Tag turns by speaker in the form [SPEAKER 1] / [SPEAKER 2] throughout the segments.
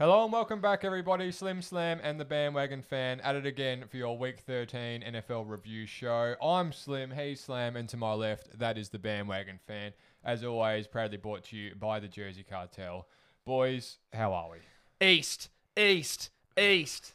[SPEAKER 1] welcome back, everybody. Slim Slam and the Bandwagon Fan at it again for your Week 13 NFL review show. I'm Slim, he's Slam, and to my left, that is the Bandwagon Fan. As always, proudly brought to you by the Jersey Cartel. Boys, how are we?
[SPEAKER 2] East, East, East.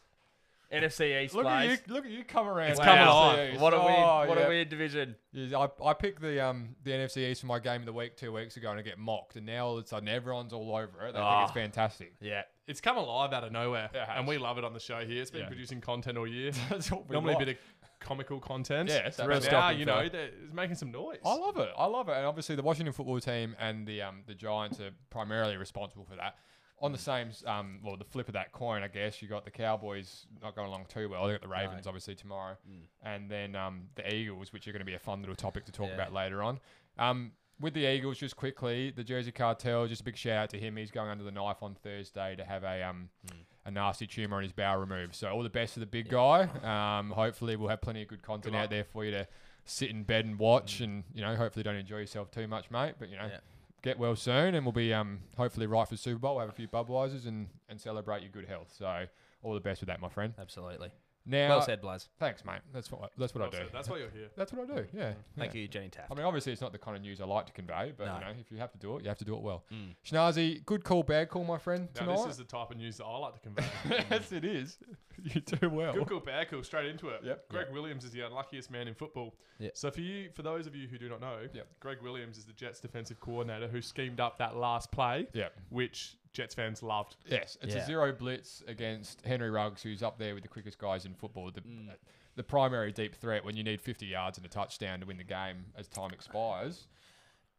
[SPEAKER 2] NFC East
[SPEAKER 1] Look
[SPEAKER 2] plays.
[SPEAKER 1] at you! Look at you come around.
[SPEAKER 2] It's
[SPEAKER 1] with
[SPEAKER 2] coming
[SPEAKER 1] the
[SPEAKER 2] on.
[SPEAKER 1] East.
[SPEAKER 2] What a weird,
[SPEAKER 1] Oh,
[SPEAKER 2] what
[SPEAKER 1] yeah.
[SPEAKER 2] a weird division.
[SPEAKER 1] Yeah, I, I picked the um the NFC East for my game of the week two weeks ago, and I get mocked. And now all of a sudden, everyone's all over it. They think it's
[SPEAKER 2] Ah.
[SPEAKER 1] fantastic.
[SPEAKER 2] Yeah.
[SPEAKER 3] It's come alive out of nowhere,
[SPEAKER 1] It has.
[SPEAKER 3] and we love it on the show here. It's been
[SPEAKER 1] Yeah.
[SPEAKER 3] producing content all year.
[SPEAKER 1] That's all we
[SPEAKER 3] Normally a
[SPEAKER 1] like.
[SPEAKER 3] bit of comical content.
[SPEAKER 1] Yeah, it's a
[SPEAKER 3] but
[SPEAKER 1] real
[SPEAKER 3] now,
[SPEAKER 2] stopping
[SPEAKER 3] you
[SPEAKER 2] for
[SPEAKER 3] know,
[SPEAKER 2] it.
[SPEAKER 3] they're- it's making some noise.
[SPEAKER 1] I love it. I love it. And obviously, the Washington football team and the um, the Giants are primarily responsible for that. On the same, um, well, the flip of that coin, I guess you got the Cowboys not going along too well. They got the Ravens obviously tomorrow, and then um, the Eagles, which are going to be a fun little topic to talk
[SPEAKER 2] Yeah.
[SPEAKER 1] about later on. Um, with the Eagles, just quickly, the Jersey Cartel. Just a big shout out to him. He's going under the knife on Thursday to have a um,
[SPEAKER 2] Hmm.
[SPEAKER 1] a nasty tumor on his bowel removed. So all the best to the big guy. Um, hopefully we'll have plenty of good content out there for you to sit in bed and watch, and you know hopefully don't enjoy yourself too much, mate. But you know.
[SPEAKER 2] Hmm. Yeah.
[SPEAKER 1] Get well soon, and we'll be um, hopefully right for the Super Bowl. We'll have a few Budweisers and, and celebrate your good health. So, all the best with that, my friend.
[SPEAKER 2] Absolutely.
[SPEAKER 1] Now,
[SPEAKER 2] Well said, Blaze.
[SPEAKER 1] thanks, mate. That's what I, that's what
[SPEAKER 3] Well
[SPEAKER 1] I do.
[SPEAKER 3] said. That's why you're here.
[SPEAKER 1] That's what I do. Yeah.
[SPEAKER 2] Thank
[SPEAKER 1] yeah.
[SPEAKER 2] you, Jenny Taft.
[SPEAKER 1] I mean, obviously, it's not the kind of news I like to convey, but you
[SPEAKER 2] No.
[SPEAKER 1] know, if you have to do it, you have to do it well. Schnazi, good call, bad call, my friend.
[SPEAKER 3] Now,
[SPEAKER 1] Tonight,
[SPEAKER 3] this is the type of news that I like to convey.
[SPEAKER 1] yes, it is. You do well.
[SPEAKER 3] Good cool, bad cool. Straight into it.
[SPEAKER 1] Yep.
[SPEAKER 3] Greg Williams is the unluckiest man in football.
[SPEAKER 2] Yeah.
[SPEAKER 3] So for you, for those of you who do not know,
[SPEAKER 1] Yep.
[SPEAKER 3] Greg Williams is the Jets defensive coordinator who schemed up that last play,
[SPEAKER 1] Yeah.
[SPEAKER 3] which Jets fans loved.
[SPEAKER 1] Yes, it's a
[SPEAKER 2] Yeah.
[SPEAKER 1] zero blitz against Henry Ruggs, who's up there with the quickest guys in football. The, uh, the primary deep threat when you need 50 yards and a touchdown to win the game as time expires.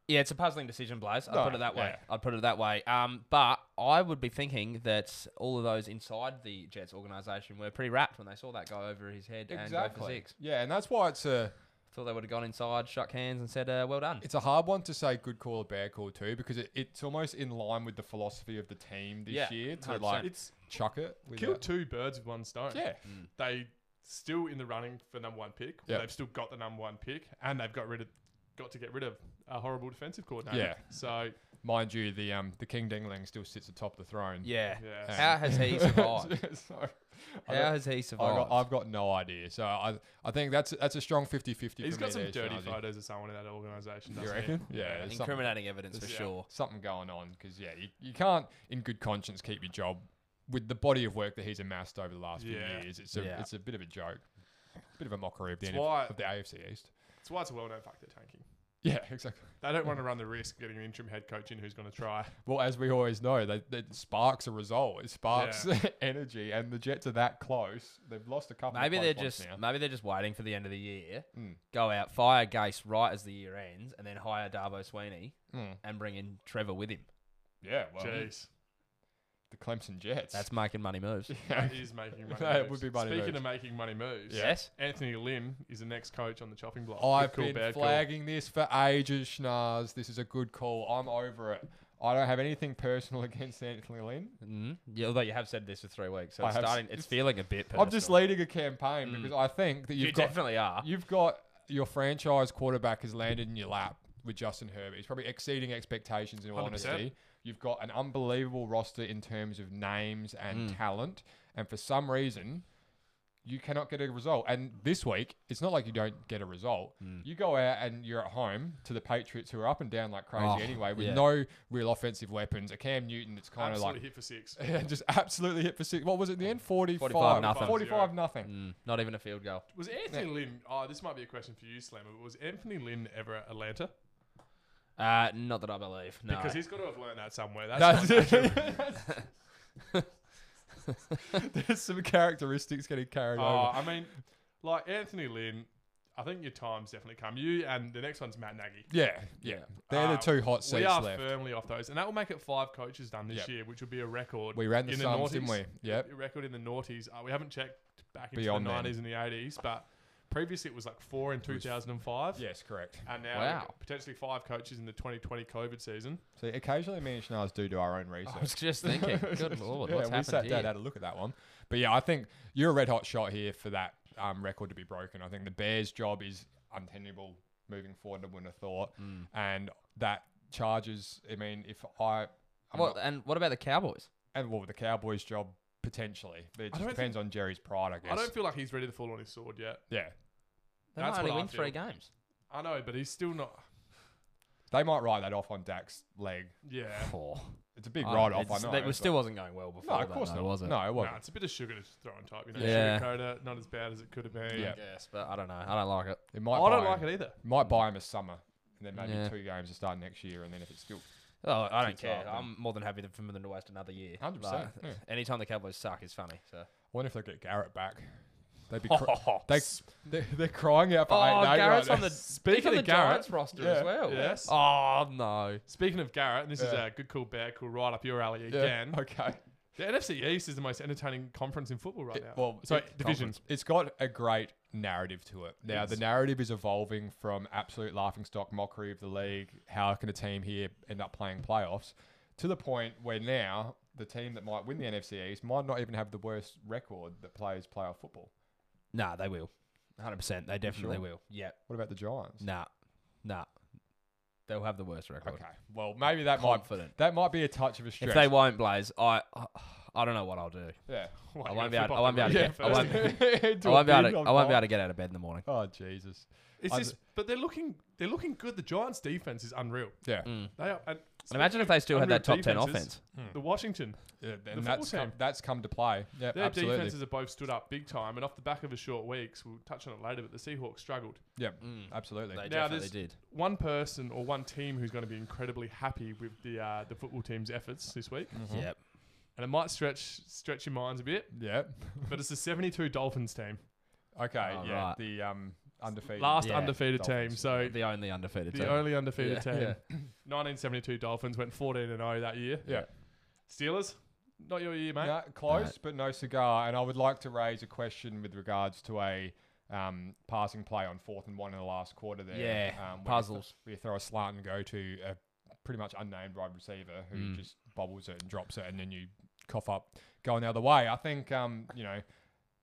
[SPEAKER 2] Yeah, it's a puzzling decision, Blaze. I'd
[SPEAKER 1] No,
[SPEAKER 2] put it that way.
[SPEAKER 1] yeah.
[SPEAKER 2] I'd put it that way. Um, but I would be thinking that all of those inside the Jets organisation were pretty wrapped when they saw that go over his head and go for six.
[SPEAKER 1] Yeah, and that's why it's a
[SPEAKER 2] Thought they would have gone inside, shook hands, and said, uh, "Well done."
[SPEAKER 1] it's a hard one to say good call or bad call too because it, it's almost in line with the philosophy of the team this
[SPEAKER 2] Yeah,
[SPEAKER 1] year to
[SPEAKER 2] 100%.
[SPEAKER 1] like
[SPEAKER 3] It's
[SPEAKER 1] chuck it.
[SPEAKER 3] killed
[SPEAKER 1] without-
[SPEAKER 3] two birds with one stone.
[SPEAKER 1] Yeah,
[SPEAKER 2] Mm.
[SPEAKER 3] they still in the running for number one pick.
[SPEAKER 1] Yeah.
[SPEAKER 3] They've still got the number one pick, and they've got rid of got to get rid of a horrible defensive coordinator.
[SPEAKER 1] Yeah.
[SPEAKER 3] So
[SPEAKER 1] mind you, the um the King Dingling still sits atop the throne.
[SPEAKER 2] yeah.
[SPEAKER 3] yeah.
[SPEAKER 2] How has he survived?
[SPEAKER 1] so, I
[SPEAKER 2] How
[SPEAKER 1] don't-
[SPEAKER 2] has he
[SPEAKER 1] I
[SPEAKER 2] survived?
[SPEAKER 1] got, I've got no idea. So I, I think that's that's a strong 50-50
[SPEAKER 3] He's
[SPEAKER 1] for me
[SPEAKER 3] got some
[SPEAKER 1] there,
[SPEAKER 3] dirty
[SPEAKER 1] Shinazi.
[SPEAKER 3] photos of someone in that organisation.
[SPEAKER 1] You
[SPEAKER 3] doesn't he?
[SPEAKER 1] reckon? Yeah, there's something-
[SPEAKER 2] Incriminating evidence for
[SPEAKER 3] Yeah.
[SPEAKER 2] sure.
[SPEAKER 1] something going on because yeah, you, you can't in good conscience keep your job with the body of work that he's amassed over the last
[SPEAKER 3] Yeah.
[SPEAKER 1] few years. It's a
[SPEAKER 2] Yeah.
[SPEAKER 1] it's a bit of a joke, it's a bit of a mockery of the
[SPEAKER 3] It's
[SPEAKER 1] end of-
[SPEAKER 3] why-
[SPEAKER 1] of the AFC East.
[SPEAKER 3] That's why it's a well-known factor tanking.
[SPEAKER 1] Yeah, exactly.
[SPEAKER 3] They don't want
[SPEAKER 1] Hmm.
[SPEAKER 3] to run the risk of getting an interim head coach in who's going to try.
[SPEAKER 1] Well, as we always know, that that sparks a result. It sparks energy, and the Jets are that close. They've lost a couple.
[SPEAKER 2] Maybe
[SPEAKER 1] of
[SPEAKER 2] they're
[SPEAKER 1] close ones
[SPEAKER 2] just
[SPEAKER 1] now.
[SPEAKER 2] maybe they're just waiting for the end of the year.
[SPEAKER 1] Mm.
[SPEAKER 2] Go out, fire Gase right as the year ends, and then hire Darbo Sweeney
[SPEAKER 1] Mm.
[SPEAKER 2] and bring in Trevor with him.
[SPEAKER 1] yeah. Well,
[SPEAKER 3] Jeez,
[SPEAKER 1] the Clemson Jets.
[SPEAKER 2] That's making money moves.
[SPEAKER 3] that is making money.
[SPEAKER 1] That
[SPEAKER 3] moves.
[SPEAKER 1] would be money
[SPEAKER 3] Speaking
[SPEAKER 1] moves.
[SPEAKER 3] of making money moves,
[SPEAKER 1] Yeah.
[SPEAKER 2] Yes.
[SPEAKER 3] Anthony Lynn is the next coach on the chopping block.
[SPEAKER 1] I've
[SPEAKER 3] Good call,
[SPEAKER 1] been
[SPEAKER 3] bad call.
[SPEAKER 1] flagging this for ages, Schnars. This is a good call. I'm over it. I don't have anything personal against Anthony Lynn.
[SPEAKER 2] Mm-hmm. Yeah, although you have said this for three weeks, so
[SPEAKER 1] I
[SPEAKER 2] it's
[SPEAKER 1] have s-
[SPEAKER 2] starting. It's feeling a bit.
[SPEAKER 1] I'm just
[SPEAKER 2] personal.
[SPEAKER 1] leading a campaign
[SPEAKER 2] Mm.
[SPEAKER 1] because I think that
[SPEAKER 2] You
[SPEAKER 1] you've got
[SPEAKER 2] definitely are.
[SPEAKER 1] you've got your franchise quarterback has landed in your lap with Justin Herbert. He's probably exceeding expectations in all
[SPEAKER 3] 100%.
[SPEAKER 1] honesty. You've got an unbelievable roster in terms of names
[SPEAKER 2] Mm.
[SPEAKER 1] and talent, and for some reason, you cannot get a result. And this week, it's not like you don't get a result.
[SPEAKER 2] Mm.
[SPEAKER 1] You go out and you're at home to the Patriots, who are up and down like crazy
[SPEAKER 2] Oh,
[SPEAKER 1] anyway, with
[SPEAKER 2] yeah.
[SPEAKER 1] no real offensive weapons. A Cam Newton that's kind of
[SPEAKER 3] Absolutely
[SPEAKER 1] like
[SPEAKER 3] hit for six.
[SPEAKER 1] yeah, just absolutely hit for six. What was it in the end? 45,
[SPEAKER 2] 45 nothing.
[SPEAKER 1] 45 nothing.
[SPEAKER 2] Mm, not even a field goal.
[SPEAKER 3] Was Anthony Lynn? Oh, this might be a question for you, Slammer. but Was Anthony Lynn ever at Atlanta?
[SPEAKER 2] Uh, not that I believe. No.
[SPEAKER 3] Because he's got to have learned that somewhere. That's,
[SPEAKER 1] That's
[SPEAKER 3] not
[SPEAKER 1] it. There's some characteristics getting carried
[SPEAKER 3] Oh,
[SPEAKER 1] over.
[SPEAKER 3] I mean, like Anthony Lynn, I think your time's definitely come. You and the next one's Matt Nagy.
[SPEAKER 1] Yeah, yeah. They're the
[SPEAKER 3] Uh,
[SPEAKER 1] two hot
[SPEAKER 3] we
[SPEAKER 1] seats
[SPEAKER 3] are
[SPEAKER 1] left.
[SPEAKER 3] firmly off those, and that will make it five coaches done this
[SPEAKER 1] Yep.
[SPEAKER 3] year, which will be a record.
[SPEAKER 1] We ran the
[SPEAKER 3] in
[SPEAKER 1] Suns,
[SPEAKER 3] noughties.
[SPEAKER 1] didn't we? Yep.
[SPEAKER 3] A record in the noughties. Uh, we haven't checked back into
[SPEAKER 1] Beyond
[SPEAKER 3] the
[SPEAKER 1] then.
[SPEAKER 3] nineties and the eighties, but previously it was like four in two thousand and five.
[SPEAKER 1] Yes, correct.
[SPEAKER 3] And now
[SPEAKER 2] Wow.
[SPEAKER 3] we've got potentially five coaches in the 2020 COVID season.
[SPEAKER 1] See, occasionally me and Schnars do do our own research.
[SPEAKER 2] I was just thinking. Good lord,
[SPEAKER 1] yeah,
[SPEAKER 2] what's
[SPEAKER 1] we sat
[SPEAKER 2] happened
[SPEAKER 1] down
[SPEAKER 2] here?
[SPEAKER 1] and had a look at that one. But yeah, I think you're a red hot shot here for that um, record to be broken. I think the Bears' job is untenable moving forward. I wouldn't have thought,
[SPEAKER 2] Mm.
[SPEAKER 1] and that charges. I mean, if I, I'm
[SPEAKER 2] What,
[SPEAKER 1] not-
[SPEAKER 2] and what about the Cowboys?
[SPEAKER 1] and well, the Cowboys' job potentially, but it
[SPEAKER 3] I
[SPEAKER 1] just
[SPEAKER 3] don't
[SPEAKER 1] depends on Jerry's pride, I guess.
[SPEAKER 3] I don't feel like he's ready to fall on his sword yet.
[SPEAKER 1] yeah,
[SPEAKER 2] They
[SPEAKER 3] That's
[SPEAKER 2] might only
[SPEAKER 3] what I
[SPEAKER 2] win three
[SPEAKER 3] feel.
[SPEAKER 2] games.
[SPEAKER 3] I know, but he's still not.
[SPEAKER 1] they might write that off on Dak's leg.
[SPEAKER 3] Yeah.
[SPEAKER 2] Four.
[SPEAKER 1] It's a big write-off, I
[SPEAKER 2] Um, it's-
[SPEAKER 1] know.
[SPEAKER 2] It was
[SPEAKER 1] but-
[SPEAKER 2] still wasn't going well before.
[SPEAKER 1] no, of
[SPEAKER 2] that,
[SPEAKER 1] course
[SPEAKER 2] though,
[SPEAKER 1] not.
[SPEAKER 2] was it?
[SPEAKER 1] No, it
[SPEAKER 3] Nah,
[SPEAKER 1] wasn't.
[SPEAKER 3] it's a bit of sugar to throw on top, you know.
[SPEAKER 2] Yeah.
[SPEAKER 3] Sugar coda, not as bad as it could have been.
[SPEAKER 1] Yeah.
[SPEAKER 2] I guess, but I don't know. I don't like it.
[SPEAKER 1] It might.
[SPEAKER 3] I
[SPEAKER 1] buy
[SPEAKER 3] don't
[SPEAKER 1] him-
[SPEAKER 3] like it either.
[SPEAKER 1] Might buy him a summer, and then maybe
[SPEAKER 2] Yeah.
[SPEAKER 1] two games to start next year, and then if it's still
[SPEAKER 2] Oh, I don't
[SPEAKER 1] Too
[SPEAKER 2] care.
[SPEAKER 1] tight, then.
[SPEAKER 2] I'm more than happy for them to waste another year.
[SPEAKER 1] 100%,
[SPEAKER 2] Like,
[SPEAKER 1] yeah.
[SPEAKER 2] Anytime the Cowboys suck is funny. So.
[SPEAKER 1] I wonder if they get Garrett back. They'd be cr- they, they're, they're crying out for
[SPEAKER 2] Oh,
[SPEAKER 1] eight and eight
[SPEAKER 2] Garrett's
[SPEAKER 1] right
[SPEAKER 2] on
[SPEAKER 1] now.
[SPEAKER 2] the
[SPEAKER 3] Speaking
[SPEAKER 2] he's on
[SPEAKER 3] of
[SPEAKER 2] the
[SPEAKER 3] Garrett-
[SPEAKER 2] Giants roster
[SPEAKER 1] Yeah.
[SPEAKER 2] as well.
[SPEAKER 3] Yes.
[SPEAKER 2] Oh no.
[SPEAKER 3] Speaking of Garrett, and this is
[SPEAKER 1] Yeah.
[SPEAKER 3] a good call, bad call, right up your alley
[SPEAKER 1] Yeah,
[SPEAKER 3] again.
[SPEAKER 1] Okay.
[SPEAKER 3] The NFC East is the most entertaining conference in football right
[SPEAKER 1] It-
[SPEAKER 3] now.
[SPEAKER 1] well,
[SPEAKER 3] sorry,
[SPEAKER 1] it-
[SPEAKER 3] division.
[SPEAKER 1] It's got a great narrative to it. Now the
[SPEAKER 3] Yes.
[SPEAKER 1] narrative is evolving from absolute laughingstock mockery of the league. How can a team here end up playing playoffs? To the point where now the team that might win the NFC East might not even have the worst record that plays playoff football.
[SPEAKER 2] Nah, they will. 100. percent They definitely
[SPEAKER 1] sure?
[SPEAKER 2] will. Yeah.
[SPEAKER 1] What about the Giants?
[SPEAKER 2] Nah. Nah. They'll have the worst record.
[SPEAKER 1] Okay. Well, maybe that might
[SPEAKER 2] Confident.
[SPEAKER 1] that might be a touch of a stretch.
[SPEAKER 2] If they won't, Blaze, I, I, I don't know what I'll do.
[SPEAKER 1] yeah.
[SPEAKER 3] Wait,
[SPEAKER 2] I won't
[SPEAKER 3] you gotta
[SPEAKER 2] be
[SPEAKER 3] flip
[SPEAKER 2] able-
[SPEAKER 3] off
[SPEAKER 2] I won't be
[SPEAKER 3] the
[SPEAKER 2] able to
[SPEAKER 3] ring.
[SPEAKER 2] get- I won't-
[SPEAKER 3] first.
[SPEAKER 2] I won't be able to. I won't be able to get out of bed in the morning.
[SPEAKER 1] Oh Jesus.
[SPEAKER 3] It's
[SPEAKER 1] I-
[SPEAKER 3] just, but they're looking, they're looking good. The Giants' defense is unreal.
[SPEAKER 1] Yeah.
[SPEAKER 2] Mm.
[SPEAKER 3] They are. And
[SPEAKER 2] And imagine if they still had
[SPEAKER 3] unreal
[SPEAKER 2] that top ten
[SPEAKER 3] defenses.
[SPEAKER 2] offense.
[SPEAKER 3] The Washington,
[SPEAKER 1] Yeah,
[SPEAKER 3] full
[SPEAKER 1] and that's
[SPEAKER 3] team.
[SPEAKER 1] come, that's come to play. Yeah,
[SPEAKER 3] their
[SPEAKER 1] absolutely.
[SPEAKER 3] defenses have both stood up big time, and off the back of a short weeks, we'll touch on it later. But the Seahawks struggled.
[SPEAKER 1] Yeah, absolutely.
[SPEAKER 2] Mm. They
[SPEAKER 3] Now
[SPEAKER 2] definitely
[SPEAKER 3] this-
[SPEAKER 2] did.
[SPEAKER 3] One person or one team who's going to be incredibly happy with the uh, the football team's efforts this week,
[SPEAKER 1] Mhm.
[SPEAKER 2] Yep.
[SPEAKER 3] and it might stretch stretch your minds a bit,
[SPEAKER 1] Yeah.
[SPEAKER 3] but it's the '72 Dolphins team,
[SPEAKER 1] Okay.
[SPEAKER 2] Oh,
[SPEAKER 1] yeah.
[SPEAKER 2] right.
[SPEAKER 1] The um undefeated
[SPEAKER 3] last
[SPEAKER 2] Yeah,
[SPEAKER 3] undefeated team.
[SPEAKER 1] Dolphins.
[SPEAKER 3] So
[SPEAKER 2] The only undefeated
[SPEAKER 3] the
[SPEAKER 2] team.
[SPEAKER 3] only undefeated
[SPEAKER 2] Yeah. Yeah.
[SPEAKER 3] team. 1972 Dolphins went 14 and 0 that year.
[SPEAKER 1] Yeah.
[SPEAKER 3] Steelers, not your year, mate.
[SPEAKER 1] No, close, but no cigar. And I would like to raise a question with regards to a um, passing play on fourth and one in the last quarter there.
[SPEAKER 2] Yeah,
[SPEAKER 1] Um, where you th-
[SPEAKER 2] puzzles.
[SPEAKER 1] Where you throw a slant and go to a pretty much unnamed wide receiver who
[SPEAKER 2] Mm.
[SPEAKER 1] just bobbles it and drops it, and then you cough up going the other way. I think um, you know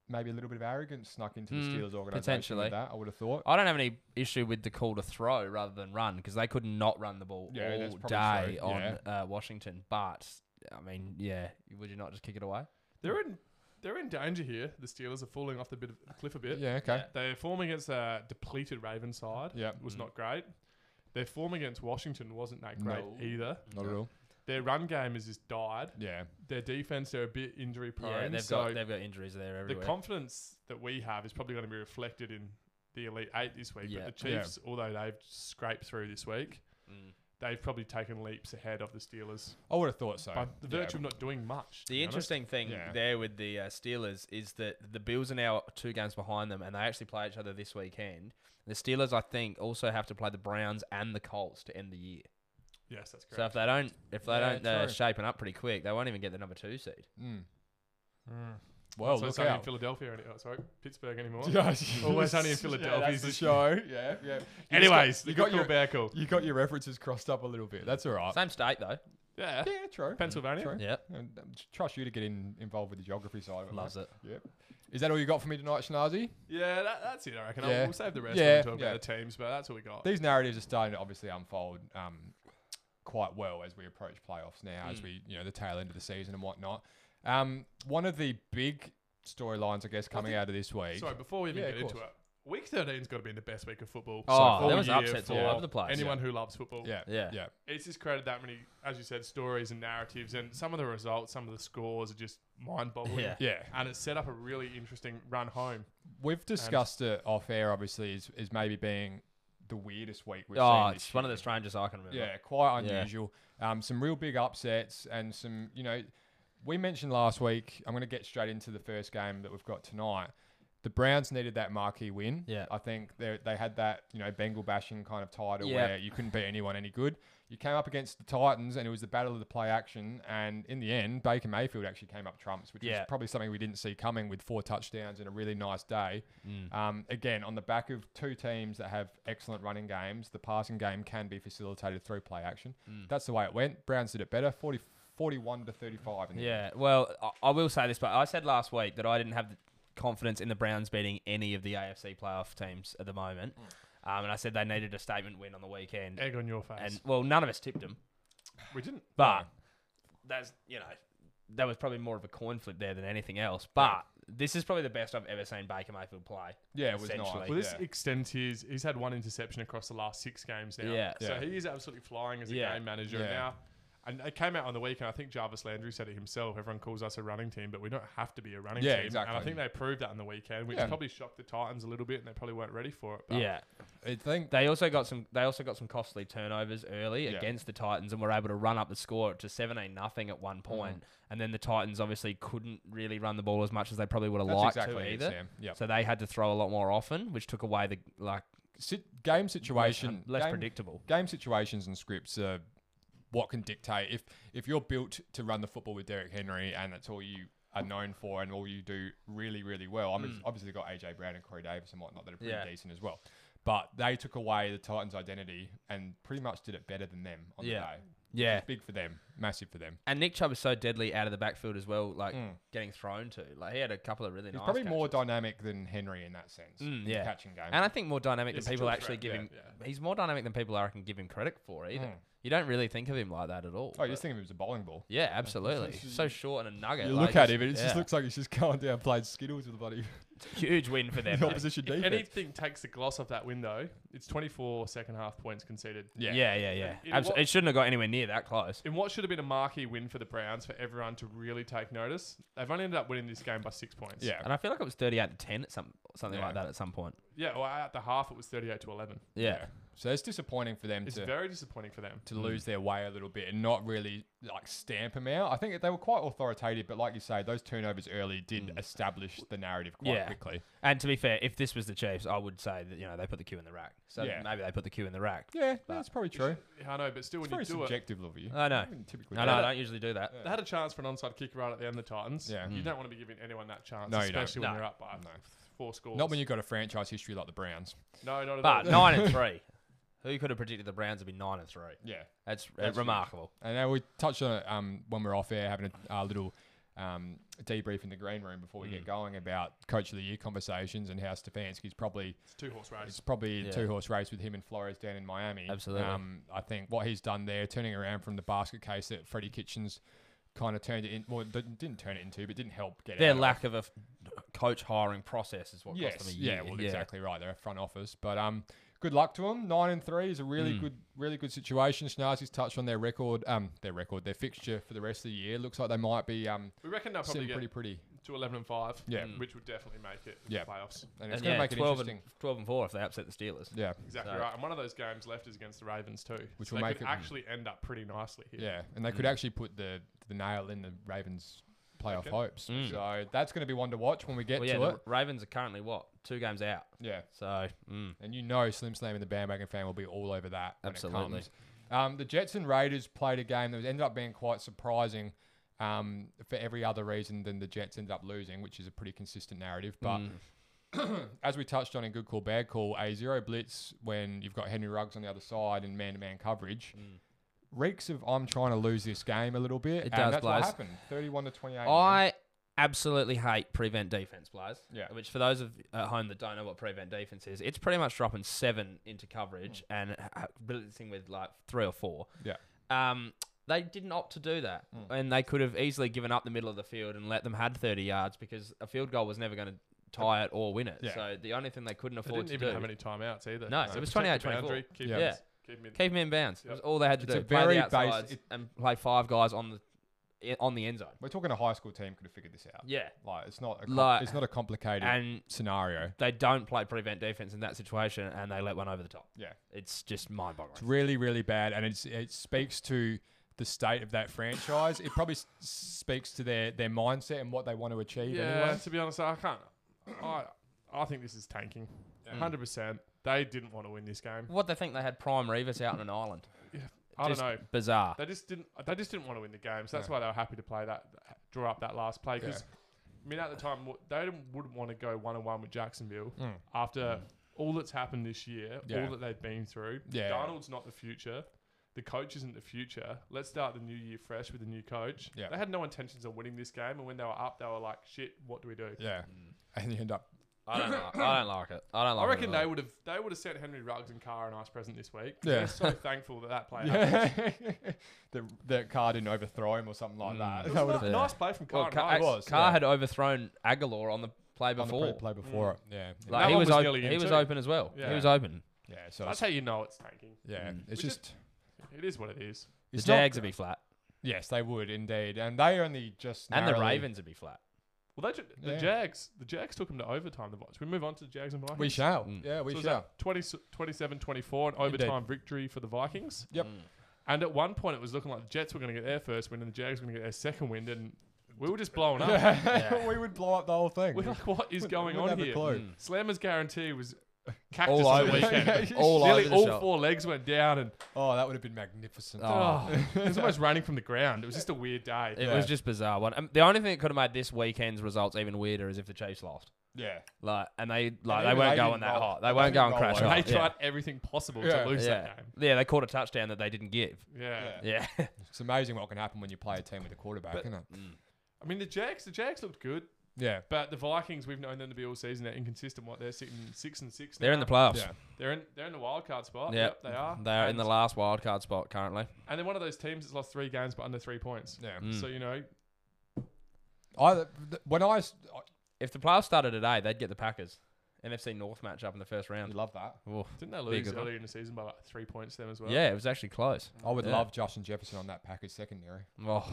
[SPEAKER 1] maybe a little bit of arrogance snuck into the
[SPEAKER 2] Mm,
[SPEAKER 1] Steelers organization.
[SPEAKER 2] potentially.
[SPEAKER 1] with that I would have thought.
[SPEAKER 2] I don't have any issue with the call to throw rather than run because they could not run the ball
[SPEAKER 1] Yeah, that's
[SPEAKER 2] all
[SPEAKER 1] probably
[SPEAKER 2] day
[SPEAKER 1] true,
[SPEAKER 2] on uh, Washington. But I mean, yeah, would you not just kick it away?
[SPEAKER 3] They're in they're in danger here. The Steelers are falling off the bit of cliff a bit.
[SPEAKER 1] Yeah. Okay.
[SPEAKER 3] They're forming against a depleted Ravens side.
[SPEAKER 1] Yeah.
[SPEAKER 3] was
[SPEAKER 2] Mm.
[SPEAKER 3] not great. Their form against Washington wasn't that great
[SPEAKER 2] No.
[SPEAKER 3] either.
[SPEAKER 1] Not at all.
[SPEAKER 3] Their run game has just died.
[SPEAKER 1] Yeah.
[SPEAKER 3] Their defense, they're a bit injury prone.
[SPEAKER 2] Yeah, they've
[SPEAKER 3] so
[SPEAKER 2] got they've got injuries there
[SPEAKER 3] the
[SPEAKER 2] everywhere.
[SPEAKER 3] confidence that we have is probably going to be reflected in the Elite Eight this week.
[SPEAKER 2] Yeah.
[SPEAKER 3] But the Chiefs, although they've scraped through this week,
[SPEAKER 2] Mm.
[SPEAKER 3] they've probably taken leaps ahead of the Steelers
[SPEAKER 1] I would have thought so.
[SPEAKER 3] by the
[SPEAKER 1] Yeah.
[SPEAKER 3] virtue of not doing much. to
[SPEAKER 2] The
[SPEAKER 3] be honest.
[SPEAKER 2] interesting thing
[SPEAKER 1] Yeah.
[SPEAKER 2] there with the uh, Steelers is that the Bills are now two games behind them, and they actually play each other this weekend. The Steelers, I think, also have to play the Browns and the Colts to end the year.
[SPEAKER 3] Yes, that's
[SPEAKER 2] So
[SPEAKER 3] correct.
[SPEAKER 2] if they don't, if they
[SPEAKER 1] Yeah,
[SPEAKER 2] don't uh,
[SPEAKER 1] true.
[SPEAKER 2] shapen up pretty quick, they won't even get the number two seed.
[SPEAKER 1] Mm.
[SPEAKER 3] Mm.
[SPEAKER 1] Hmm. Well,
[SPEAKER 3] so it's
[SPEAKER 1] look
[SPEAKER 3] only in
[SPEAKER 1] out.
[SPEAKER 3] Philadelphia any- oh, sorry, Pittsburgh anymore.
[SPEAKER 1] Yes.
[SPEAKER 3] Always only in
[SPEAKER 1] Yeah,
[SPEAKER 3] Philadelphia
[SPEAKER 1] that's
[SPEAKER 3] is
[SPEAKER 1] the
[SPEAKER 3] this-
[SPEAKER 1] show. Yeah, yeah.
[SPEAKER 3] Anyways,
[SPEAKER 1] you
[SPEAKER 3] you
[SPEAKER 1] got
[SPEAKER 3] got
[SPEAKER 1] your-
[SPEAKER 3] your bear call.
[SPEAKER 1] You got your references crossed up a little bit. That's all right.
[SPEAKER 2] Same state though.
[SPEAKER 3] Yeah.
[SPEAKER 1] Yeah, true.
[SPEAKER 3] Pennsylvania.
[SPEAKER 1] Oh. True.
[SPEAKER 2] Yeah,
[SPEAKER 1] And, um, trust you to get in, involved with the geography side of it.
[SPEAKER 2] loves it.
[SPEAKER 1] mate. Yep. Is that all you got for me tonight, Shinazi?
[SPEAKER 3] Yeah, that, that's it, I reckon. I'll-
[SPEAKER 1] Yeah.
[SPEAKER 3] We'll save the rest
[SPEAKER 1] Yeah,
[SPEAKER 3] when we talk
[SPEAKER 1] yeah.
[SPEAKER 3] about the teams, but that's all we got.
[SPEAKER 1] These narratives are starting to obviously unfold um, quite well as we approach playoffs now, as
[SPEAKER 2] Mm.
[SPEAKER 1] we you know the tail end of the season and whatnot. Um, one of the big storylines, I guess, coming out of this week.
[SPEAKER 3] Sorry, before we even
[SPEAKER 1] Yeah,
[SPEAKER 3] get
[SPEAKER 1] of
[SPEAKER 3] into
[SPEAKER 1] course.
[SPEAKER 3] it, week 13's got to be the best week of football.
[SPEAKER 2] Oh,
[SPEAKER 3] all
[SPEAKER 2] there was
[SPEAKER 3] year
[SPEAKER 2] upsets all
[SPEAKER 3] for
[SPEAKER 2] over the place.
[SPEAKER 3] Anyone who loves football.
[SPEAKER 1] Yeah,
[SPEAKER 2] Yeah.
[SPEAKER 1] yeah.
[SPEAKER 3] It's just created that many, as you said, stories and narratives, and some of the results, some of the scores are just mind boggling.
[SPEAKER 2] Yeah.
[SPEAKER 1] Yeah,
[SPEAKER 3] And it's set up a really interesting run home.
[SPEAKER 1] we've discussed it off air. Obviously, is is maybe being the weirdest week we've
[SPEAKER 2] oh,
[SPEAKER 1] seen.
[SPEAKER 2] it's
[SPEAKER 1] this
[SPEAKER 2] one of
[SPEAKER 1] year.
[SPEAKER 2] the strangest I can remember.
[SPEAKER 1] Yeah, quite
[SPEAKER 2] Yeah.
[SPEAKER 1] unusual. Um, some real big upsets and some, you know, we mentioned last week. I'm going to get straight into the first game that we've got tonight. The Browns needed that marquee win.
[SPEAKER 2] Yeah.
[SPEAKER 1] I think they they had that you know Bengal bashing kind of title
[SPEAKER 2] Yeah.
[SPEAKER 1] where you couldn't beat anyone any good. You came up against the Titans and it was the battle of the play action. And in the end, Baker Mayfield actually came up trumps, which
[SPEAKER 2] Yeah.
[SPEAKER 1] was probably something we didn't see coming with four touchdowns and a really nice day.
[SPEAKER 2] Mm.
[SPEAKER 1] Um, again, on the back of two teams that have excellent running games, the passing game can be facilitated through play action.
[SPEAKER 2] Mm.
[SPEAKER 1] That's the way it went. Browns did it better, 40, 41 to 35. In the end.
[SPEAKER 2] Yeah. Well, I, I will say this, but I said last week that I didn't have the confidence in the Browns beating any of the AFC playoff teams at the moment,
[SPEAKER 1] Mm.
[SPEAKER 2] um, and I said they needed a statement win on the weekend.
[SPEAKER 3] Egg on your face.
[SPEAKER 2] And well, none of us tipped them,
[SPEAKER 3] we didn't.
[SPEAKER 2] but that's you know that was probably more of a coin flip there than anything else. But this is probably the best I've ever seen Baker Mayfield play.
[SPEAKER 1] Yeah, it was nice.
[SPEAKER 2] Essentially.
[SPEAKER 3] Well, this
[SPEAKER 1] yeah.
[SPEAKER 3] extends his. He's had one interception across the last six games now.
[SPEAKER 2] Yeah.
[SPEAKER 3] So
[SPEAKER 1] Yeah.
[SPEAKER 3] he is absolutely flying as a
[SPEAKER 2] Yeah.
[SPEAKER 3] game manager
[SPEAKER 1] Yeah.
[SPEAKER 3] now. And it came out on the weekend. I think Jarvis Landry said it himself. Everyone calls us a running team, but we don't have to be a running
[SPEAKER 1] Yeah,
[SPEAKER 3] team. And
[SPEAKER 1] exactly.
[SPEAKER 3] I think they proved that on the weekend, which
[SPEAKER 1] Yeah.
[SPEAKER 3] probably shocked the Titans a little bit, and they probably weren't ready for it. But
[SPEAKER 2] yeah,
[SPEAKER 1] I think
[SPEAKER 2] they also got some. They also got some costly turnovers early
[SPEAKER 1] Yeah.
[SPEAKER 2] against the Titans, and were able to run up the score to seventeen nothing at
[SPEAKER 1] Mm-hmm.
[SPEAKER 2] one point. And then the Titans obviously couldn't really run the ball as much as they probably would have
[SPEAKER 1] that's
[SPEAKER 2] liked
[SPEAKER 1] exactly
[SPEAKER 2] to
[SPEAKER 1] it,
[SPEAKER 2] either.
[SPEAKER 1] Sam. Yep.
[SPEAKER 2] So they had to throw a lot more often, which took away the like
[SPEAKER 1] Sit- game
[SPEAKER 2] less-
[SPEAKER 1] situation.
[SPEAKER 2] less
[SPEAKER 1] game,
[SPEAKER 2] predictable.
[SPEAKER 1] game situations and scripts are what can dictate if if you're built to run the football with Derek Henry and that's all you are known for and all you do really really well. I mean,
[SPEAKER 2] Mm.
[SPEAKER 1] obviously got AJ Brown and Corey Davis and whatnot that are pretty
[SPEAKER 2] Yeah.
[SPEAKER 1] decent as well. But they took away the Titans' identity and pretty much did it better than them on
[SPEAKER 2] Yeah.
[SPEAKER 1] the day.
[SPEAKER 2] Yeah,
[SPEAKER 1] It's big for them, massive for them.
[SPEAKER 2] and Nick Chubb is so deadly out of the backfield as well. Like
[SPEAKER 1] Mm.
[SPEAKER 2] getting thrown to, like he had a couple of really
[SPEAKER 1] He's
[SPEAKER 2] nice.
[SPEAKER 1] probably more
[SPEAKER 2] catches.
[SPEAKER 1] dynamic than Henry in that sense.
[SPEAKER 2] Mm,
[SPEAKER 1] in
[SPEAKER 2] yeah.
[SPEAKER 1] catching game.
[SPEAKER 2] and I think more dynamic
[SPEAKER 3] It's
[SPEAKER 2] than
[SPEAKER 3] a
[SPEAKER 2] people
[SPEAKER 3] dual
[SPEAKER 2] actually
[SPEAKER 3] threat,
[SPEAKER 2] give
[SPEAKER 3] yeah,
[SPEAKER 2] him.
[SPEAKER 3] yeah.
[SPEAKER 2] He's more dynamic than people I can give him credit for either.
[SPEAKER 1] Mm.
[SPEAKER 2] You don't really think of him like that at all.
[SPEAKER 1] Oh, you
[SPEAKER 2] but-
[SPEAKER 1] just think of him as a bowling ball.
[SPEAKER 2] Yeah, absolutely. so short and a nugget.
[SPEAKER 1] You
[SPEAKER 2] like,
[SPEAKER 1] look at him, and it
[SPEAKER 2] yeah.
[SPEAKER 1] just looks like he's just going down playing skittles with the bloody
[SPEAKER 2] huge win for them.
[SPEAKER 1] the opposition
[SPEAKER 3] if
[SPEAKER 1] defense.
[SPEAKER 3] anything takes the gloss off that window, it's 24 second half points conceded.
[SPEAKER 2] yeah, yeah, yeah. yeah.
[SPEAKER 3] In
[SPEAKER 2] Abso-
[SPEAKER 3] what-
[SPEAKER 2] it shouldn't have got anywhere near that close.
[SPEAKER 3] In what should have been a marquee win for the Browns for everyone to really take notice, they've only ended up winning this game by six points.
[SPEAKER 1] yeah,
[SPEAKER 2] And I feel like it was thirty-eight to ten at some something
[SPEAKER 1] Yeah.
[SPEAKER 2] like that at some point.
[SPEAKER 3] Yeah, well, at the half, it was 38 to 11.
[SPEAKER 2] Yeah,
[SPEAKER 1] So it's disappointing for them
[SPEAKER 3] It's
[SPEAKER 1] to
[SPEAKER 3] very Hmm. disappointing for them.
[SPEAKER 1] to lose their way a little bit and not really like stamp them out. I think they were quite authoritative, but like you say, those turnovers early did establish the narrative quite
[SPEAKER 2] Yeah.
[SPEAKER 1] quickly.
[SPEAKER 2] and to be fair, if this was the Chiefs, I would say that you know they put the Q in the rack. So
[SPEAKER 1] Yeah.
[SPEAKER 2] maybe they put the Q in the rack.
[SPEAKER 1] Yeah,
[SPEAKER 2] But-
[SPEAKER 1] that's probably true.
[SPEAKER 3] Yeah, I know, but still,
[SPEAKER 1] It's
[SPEAKER 3] when
[SPEAKER 1] very
[SPEAKER 3] you do it,
[SPEAKER 1] subjective of you.
[SPEAKER 2] I know.
[SPEAKER 1] I wouldn't typically
[SPEAKER 2] I
[SPEAKER 1] do
[SPEAKER 2] know I
[SPEAKER 1] that.
[SPEAKER 2] don't usually do that.
[SPEAKER 3] they had a chance for an onside kick right at the end of the Titans.
[SPEAKER 1] Yeah. Mm.
[SPEAKER 3] You don't want to be giving anyone that chance,
[SPEAKER 1] No, you don't.
[SPEAKER 3] especially when
[SPEAKER 2] No.
[SPEAKER 3] they're up by
[SPEAKER 1] No.
[SPEAKER 3] four scores.
[SPEAKER 1] Not when you've got a franchise history like the Browns.
[SPEAKER 3] No, not at
[SPEAKER 2] But
[SPEAKER 3] all.
[SPEAKER 2] nine and three. Who could have predicted the Browns would be nine and three?
[SPEAKER 1] Yeah.
[SPEAKER 2] That's,
[SPEAKER 1] That's huge.
[SPEAKER 2] remarkable.
[SPEAKER 1] And now we touched on it um, when we were off air, having a, a little um, debrief in the green room before we get going about coach of the year conversations and how Stefanski's probably
[SPEAKER 3] It's two horse
[SPEAKER 1] it's
[SPEAKER 3] race.
[SPEAKER 1] probably
[SPEAKER 2] Yeah.
[SPEAKER 1] a two horse race with him and Flores down in Miami.
[SPEAKER 2] Absolutely.
[SPEAKER 1] Um, I think what he's done there, turning around from the basket case that Freddie Kitchens kind of turned it in, well, didn't didn't turn it into, but didn't help get
[SPEAKER 2] Their
[SPEAKER 1] out of.
[SPEAKER 2] lack of a f- coach hiring process is what
[SPEAKER 1] Yes,
[SPEAKER 2] cost them a year.
[SPEAKER 1] yeah, well, exactly right. They're a front office, but um, good luck to them. Nine and three is a really
[SPEAKER 2] Mm.
[SPEAKER 1] good, really good situation. Schnazzi's touched on their record, um, their record, their fixture for the rest of the year. Looks like they might be um,
[SPEAKER 3] We reckon they'll probably
[SPEAKER 1] sitting
[SPEAKER 3] get
[SPEAKER 1] pretty pretty.
[SPEAKER 3] to 11 and 5,
[SPEAKER 1] Yeah,
[SPEAKER 2] Mm.
[SPEAKER 3] which would definitely make it
[SPEAKER 1] Yeah.
[SPEAKER 3] the
[SPEAKER 1] and it's
[SPEAKER 3] playoffs.
[SPEAKER 2] And
[SPEAKER 1] going to
[SPEAKER 2] yeah,
[SPEAKER 1] make it
[SPEAKER 2] 12 and,
[SPEAKER 1] interesting.
[SPEAKER 2] 12 and 4 if they upset the Steelers.
[SPEAKER 1] Yeah,
[SPEAKER 3] Exactly
[SPEAKER 2] So-
[SPEAKER 3] right. And one of those games left is against the Ravens, too.
[SPEAKER 1] Which
[SPEAKER 3] So
[SPEAKER 1] will
[SPEAKER 3] they
[SPEAKER 1] make
[SPEAKER 3] could
[SPEAKER 1] it-
[SPEAKER 3] actually end up pretty nicely here.
[SPEAKER 1] yeah, and they could
[SPEAKER 2] Mm.
[SPEAKER 1] actually put the the nail in the Ravens' playoff
[SPEAKER 3] Okay.
[SPEAKER 1] hopes.
[SPEAKER 2] Mm.
[SPEAKER 1] So that's going to be one to watch when we get
[SPEAKER 2] Well, yeah,
[SPEAKER 1] to
[SPEAKER 2] the
[SPEAKER 1] it.
[SPEAKER 2] Ravens are currently what? Two games out.
[SPEAKER 1] Yeah,
[SPEAKER 2] So, mm.
[SPEAKER 1] and you know Slim Slam and the bandwagon fan will be all over that. when it
[SPEAKER 2] Absolutely.
[SPEAKER 1] comes. Um, the Jets and Raiders played a game that was- ended up being quite surprising um, for every other reason than the Jets ended up losing, which is a pretty consistent narrative. But
[SPEAKER 2] Mm.
[SPEAKER 1] as we touched on in Good Call Bad Call, a zero blitz when you've got Henry Ruggs on the other side and man to man coverage.
[SPEAKER 2] Mm.
[SPEAKER 1] Reeks of I'm trying to lose this game a little bit.
[SPEAKER 2] It
[SPEAKER 1] and
[SPEAKER 2] does,
[SPEAKER 1] that's what
[SPEAKER 2] Blaze.
[SPEAKER 1] happened. Thirty one to twenty eight.
[SPEAKER 2] I absolutely hate prevent defense plays.
[SPEAKER 1] Yeah.
[SPEAKER 2] Which, for those of at home that don't know what prevent defense is, it's pretty much dropping seven into coverage and ha- blitzing with like three or four.
[SPEAKER 1] Yeah.
[SPEAKER 2] Um, they didn't opt to do that, and they could have easily given up the middle of the field and let them had 30 yards because a field goal was never going to tie it or win it.
[SPEAKER 1] Yeah.
[SPEAKER 2] So the only thing they couldn't
[SPEAKER 3] They
[SPEAKER 2] afford
[SPEAKER 3] didn't
[SPEAKER 2] to
[SPEAKER 3] even
[SPEAKER 2] do.
[SPEAKER 3] have any timeouts either.
[SPEAKER 2] No, it was 28,
[SPEAKER 3] Protect the boundary,
[SPEAKER 2] 24.
[SPEAKER 3] Keep
[SPEAKER 1] Yeah.
[SPEAKER 3] him-
[SPEAKER 2] Yeah.
[SPEAKER 3] Keep him in-
[SPEAKER 2] Keep him in bounds. That
[SPEAKER 3] Yep.
[SPEAKER 2] was all they had to
[SPEAKER 1] It's
[SPEAKER 2] do.
[SPEAKER 1] a
[SPEAKER 2] play
[SPEAKER 1] very
[SPEAKER 2] the
[SPEAKER 1] basi-
[SPEAKER 2] outsides
[SPEAKER 1] it-
[SPEAKER 2] and play five guys on the i- on the end zone.
[SPEAKER 1] We're talking a high school team could have figured this out.
[SPEAKER 2] Yeah,
[SPEAKER 1] Like it's not a com-
[SPEAKER 2] Like-
[SPEAKER 1] it's not a complicated
[SPEAKER 2] and
[SPEAKER 1] scenario.
[SPEAKER 2] they don't play prevent defense in that situation, and they let one over the top.
[SPEAKER 1] Yeah.
[SPEAKER 2] It's just mind
[SPEAKER 1] It's
[SPEAKER 2] boggling.
[SPEAKER 1] really, really bad, and it's, it speaks to the state of that franchise. It probably s- speaks to their, their mindset and what they want to achieve.
[SPEAKER 3] Yeah,
[SPEAKER 1] anyway.
[SPEAKER 3] to be honest, I can't. I, I think this is tanking.
[SPEAKER 1] Yeah.
[SPEAKER 3] 100%. They didn't want to win this game.
[SPEAKER 2] What they think they had Prime Revis out on an island.
[SPEAKER 3] I
[SPEAKER 2] Just
[SPEAKER 3] don't know.
[SPEAKER 2] Bizarre.
[SPEAKER 3] They just didn't. They just didn't want to win the game, so that's
[SPEAKER 1] No.
[SPEAKER 3] why they were happy to play that, draw up that last play. Because
[SPEAKER 1] Yeah.
[SPEAKER 3] I mean, at the time, w- they didn't, wouldn't want to go one on one with Jacksonville
[SPEAKER 1] Mm.
[SPEAKER 3] after all that's happened this year,
[SPEAKER 1] Yeah.
[SPEAKER 3] all that they've been through.
[SPEAKER 1] Yeah.
[SPEAKER 3] Darnold's not the future. The coach isn't the future. Let's start the new year fresh with a new coach.
[SPEAKER 1] Yeah.
[SPEAKER 3] They had no intentions of winning this game, and when they were up, they were like, "Shit, what do we do?"
[SPEAKER 1] yeah, and you end up
[SPEAKER 2] I don't. Like, I don't like it. I don't like.
[SPEAKER 3] I
[SPEAKER 2] it
[SPEAKER 3] reckon
[SPEAKER 2] at
[SPEAKER 3] they
[SPEAKER 2] all.
[SPEAKER 3] would have they would have sent Henry Ruggs and Carr a nice present this week.
[SPEAKER 1] Yeah.
[SPEAKER 3] They're so thankful that that play happened.
[SPEAKER 1] Yeah. that that car didn't overthrow him or something like
[SPEAKER 2] Mm.
[SPEAKER 1] that.
[SPEAKER 3] It
[SPEAKER 1] That
[SPEAKER 3] was
[SPEAKER 1] would
[SPEAKER 2] Yeah.
[SPEAKER 3] a ni- nice play from Carr.
[SPEAKER 2] Well, Carr,
[SPEAKER 3] nice.
[SPEAKER 1] it was,
[SPEAKER 2] Carr
[SPEAKER 1] yeah.
[SPEAKER 2] had overthrown Aguilar on the play before. Mm.
[SPEAKER 1] play before it. Yeah.
[SPEAKER 2] Like,
[SPEAKER 3] That
[SPEAKER 2] he
[SPEAKER 3] one
[SPEAKER 2] was,
[SPEAKER 3] was
[SPEAKER 2] op-
[SPEAKER 3] nearly in
[SPEAKER 2] he was
[SPEAKER 3] too.
[SPEAKER 2] open as well. He
[SPEAKER 3] Yeah.
[SPEAKER 2] was open.
[SPEAKER 1] yeah, so
[SPEAKER 3] That's
[SPEAKER 1] it's,
[SPEAKER 3] how you know it's tanking.
[SPEAKER 1] yeah,
[SPEAKER 2] Mm.
[SPEAKER 1] it's
[SPEAKER 3] Which
[SPEAKER 1] just
[SPEAKER 3] It is what it is.
[SPEAKER 2] The
[SPEAKER 1] it's not-
[SPEAKER 2] Jags would be flat,
[SPEAKER 1] Yes, they would indeed. And they only just
[SPEAKER 2] and the
[SPEAKER 1] narrowly-
[SPEAKER 2] Ravens would be flat.
[SPEAKER 3] Well, they ju- the
[SPEAKER 1] Yeah.
[SPEAKER 3] Jags, the Jags took them to overtime. The Vikings. We move on to the Jags and Vikings.
[SPEAKER 1] We shall.
[SPEAKER 2] Mm.
[SPEAKER 1] Yeah, we
[SPEAKER 3] So is
[SPEAKER 1] shall.
[SPEAKER 3] that 20, 27-24, an overtime victory for the Vikings.
[SPEAKER 1] Yep.
[SPEAKER 2] Mm.
[SPEAKER 3] And at one point, it was looking like the Jets were going to get their first win and the Jags were going to get their second win, and we were just blowing up.
[SPEAKER 1] Yeah. we would blow up the whole thing.
[SPEAKER 3] We're like, what is going
[SPEAKER 1] Wouldn't
[SPEAKER 3] on
[SPEAKER 1] have a
[SPEAKER 3] here?
[SPEAKER 1] clue.
[SPEAKER 2] Mm.
[SPEAKER 3] Slammer's guarantee was cactus
[SPEAKER 2] All
[SPEAKER 3] on the
[SPEAKER 2] over the
[SPEAKER 3] weekend.
[SPEAKER 2] All
[SPEAKER 3] Nearly
[SPEAKER 2] over the
[SPEAKER 3] all
[SPEAKER 2] shop.
[SPEAKER 3] four legs went down, and
[SPEAKER 1] Oh, that would have been magnificent.
[SPEAKER 2] Oh.
[SPEAKER 3] oh, it was almost raining from the ground. It was just a weird day.
[SPEAKER 2] It
[SPEAKER 1] Yeah.
[SPEAKER 2] was just bizarre. One. Um, the only thing that could have made this weekend's results even weirder is if the Chiefs lost.
[SPEAKER 1] Yeah.
[SPEAKER 2] Like, and they like
[SPEAKER 1] And
[SPEAKER 2] they
[SPEAKER 1] even
[SPEAKER 2] weren't
[SPEAKER 1] they
[SPEAKER 2] going
[SPEAKER 1] didn't
[SPEAKER 2] that
[SPEAKER 1] roll-
[SPEAKER 2] hot. They
[SPEAKER 1] they
[SPEAKER 2] weren't
[SPEAKER 1] didn't
[SPEAKER 2] going
[SPEAKER 1] roll
[SPEAKER 2] crash
[SPEAKER 1] over.
[SPEAKER 3] They
[SPEAKER 2] hot.
[SPEAKER 3] tried
[SPEAKER 2] Yeah.
[SPEAKER 3] everything possible
[SPEAKER 1] Yeah.
[SPEAKER 3] to lose
[SPEAKER 2] Yeah.
[SPEAKER 3] that game.
[SPEAKER 2] yeah, they caught a touchdown that they didn't give.
[SPEAKER 3] Yeah.
[SPEAKER 1] Yeah.
[SPEAKER 2] Yeah,
[SPEAKER 1] It's amazing what can happen when you play a team with a quarterback,
[SPEAKER 3] But-
[SPEAKER 1] isn't it?
[SPEAKER 2] Mm.
[SPEAKER 3] I mean, the Jags, the Jags looked good,
[SPEAKER 1] Yeah.
[SPEAKER 3] but the Vikings, we've known them to be all season. They're inconsistent. What they're sitting six and six.
[SPEAKER 2] they're in
[SPEAKER 3] now.
[SPEAKER 2] the playoffs.
[SPEAKER 1] Yeah.
[SPEAKER 3] They're in. They're in the wild card spot.
[SPEAKER 2] Yeah.
[SPEAKER 3] Yep, they are.
[SPEAKER 2] They're in
[SPEAKER 3] And-
[SPEAKER 2] the last wild card spot currently.
[SPEAKER 3] And they're one of those teams that's lost three games but under three points.
[SPEAKER 1] Yeah.
[SPEAKER 2] Mm.
[SPEAKER 3] So you know,
[SPEAKER 1] I th- when I, s- I-
[SPEAKER 2] If the playoffs started today, they'd get the Packers NFC North match up in the first
[SPEAKER 1] I'd
[SPEAKER 2] round.
[SPEAKER 1] love that.
[SPEAKER 2] Oof.
[SPEAKER 3] didn't they lose
[SPEAKER 2] good one.
[SPEAKER 3] earlier in the season by like three points to them as well?
[SPEAKER 2] Yeah, it was actually close.
[SPEAKER 1] I would
[SPEAKER 2] Yeah.
[SPEAKER 1] love Justin Jefferson on that package secondary.
[SPEAKER 2] Oh,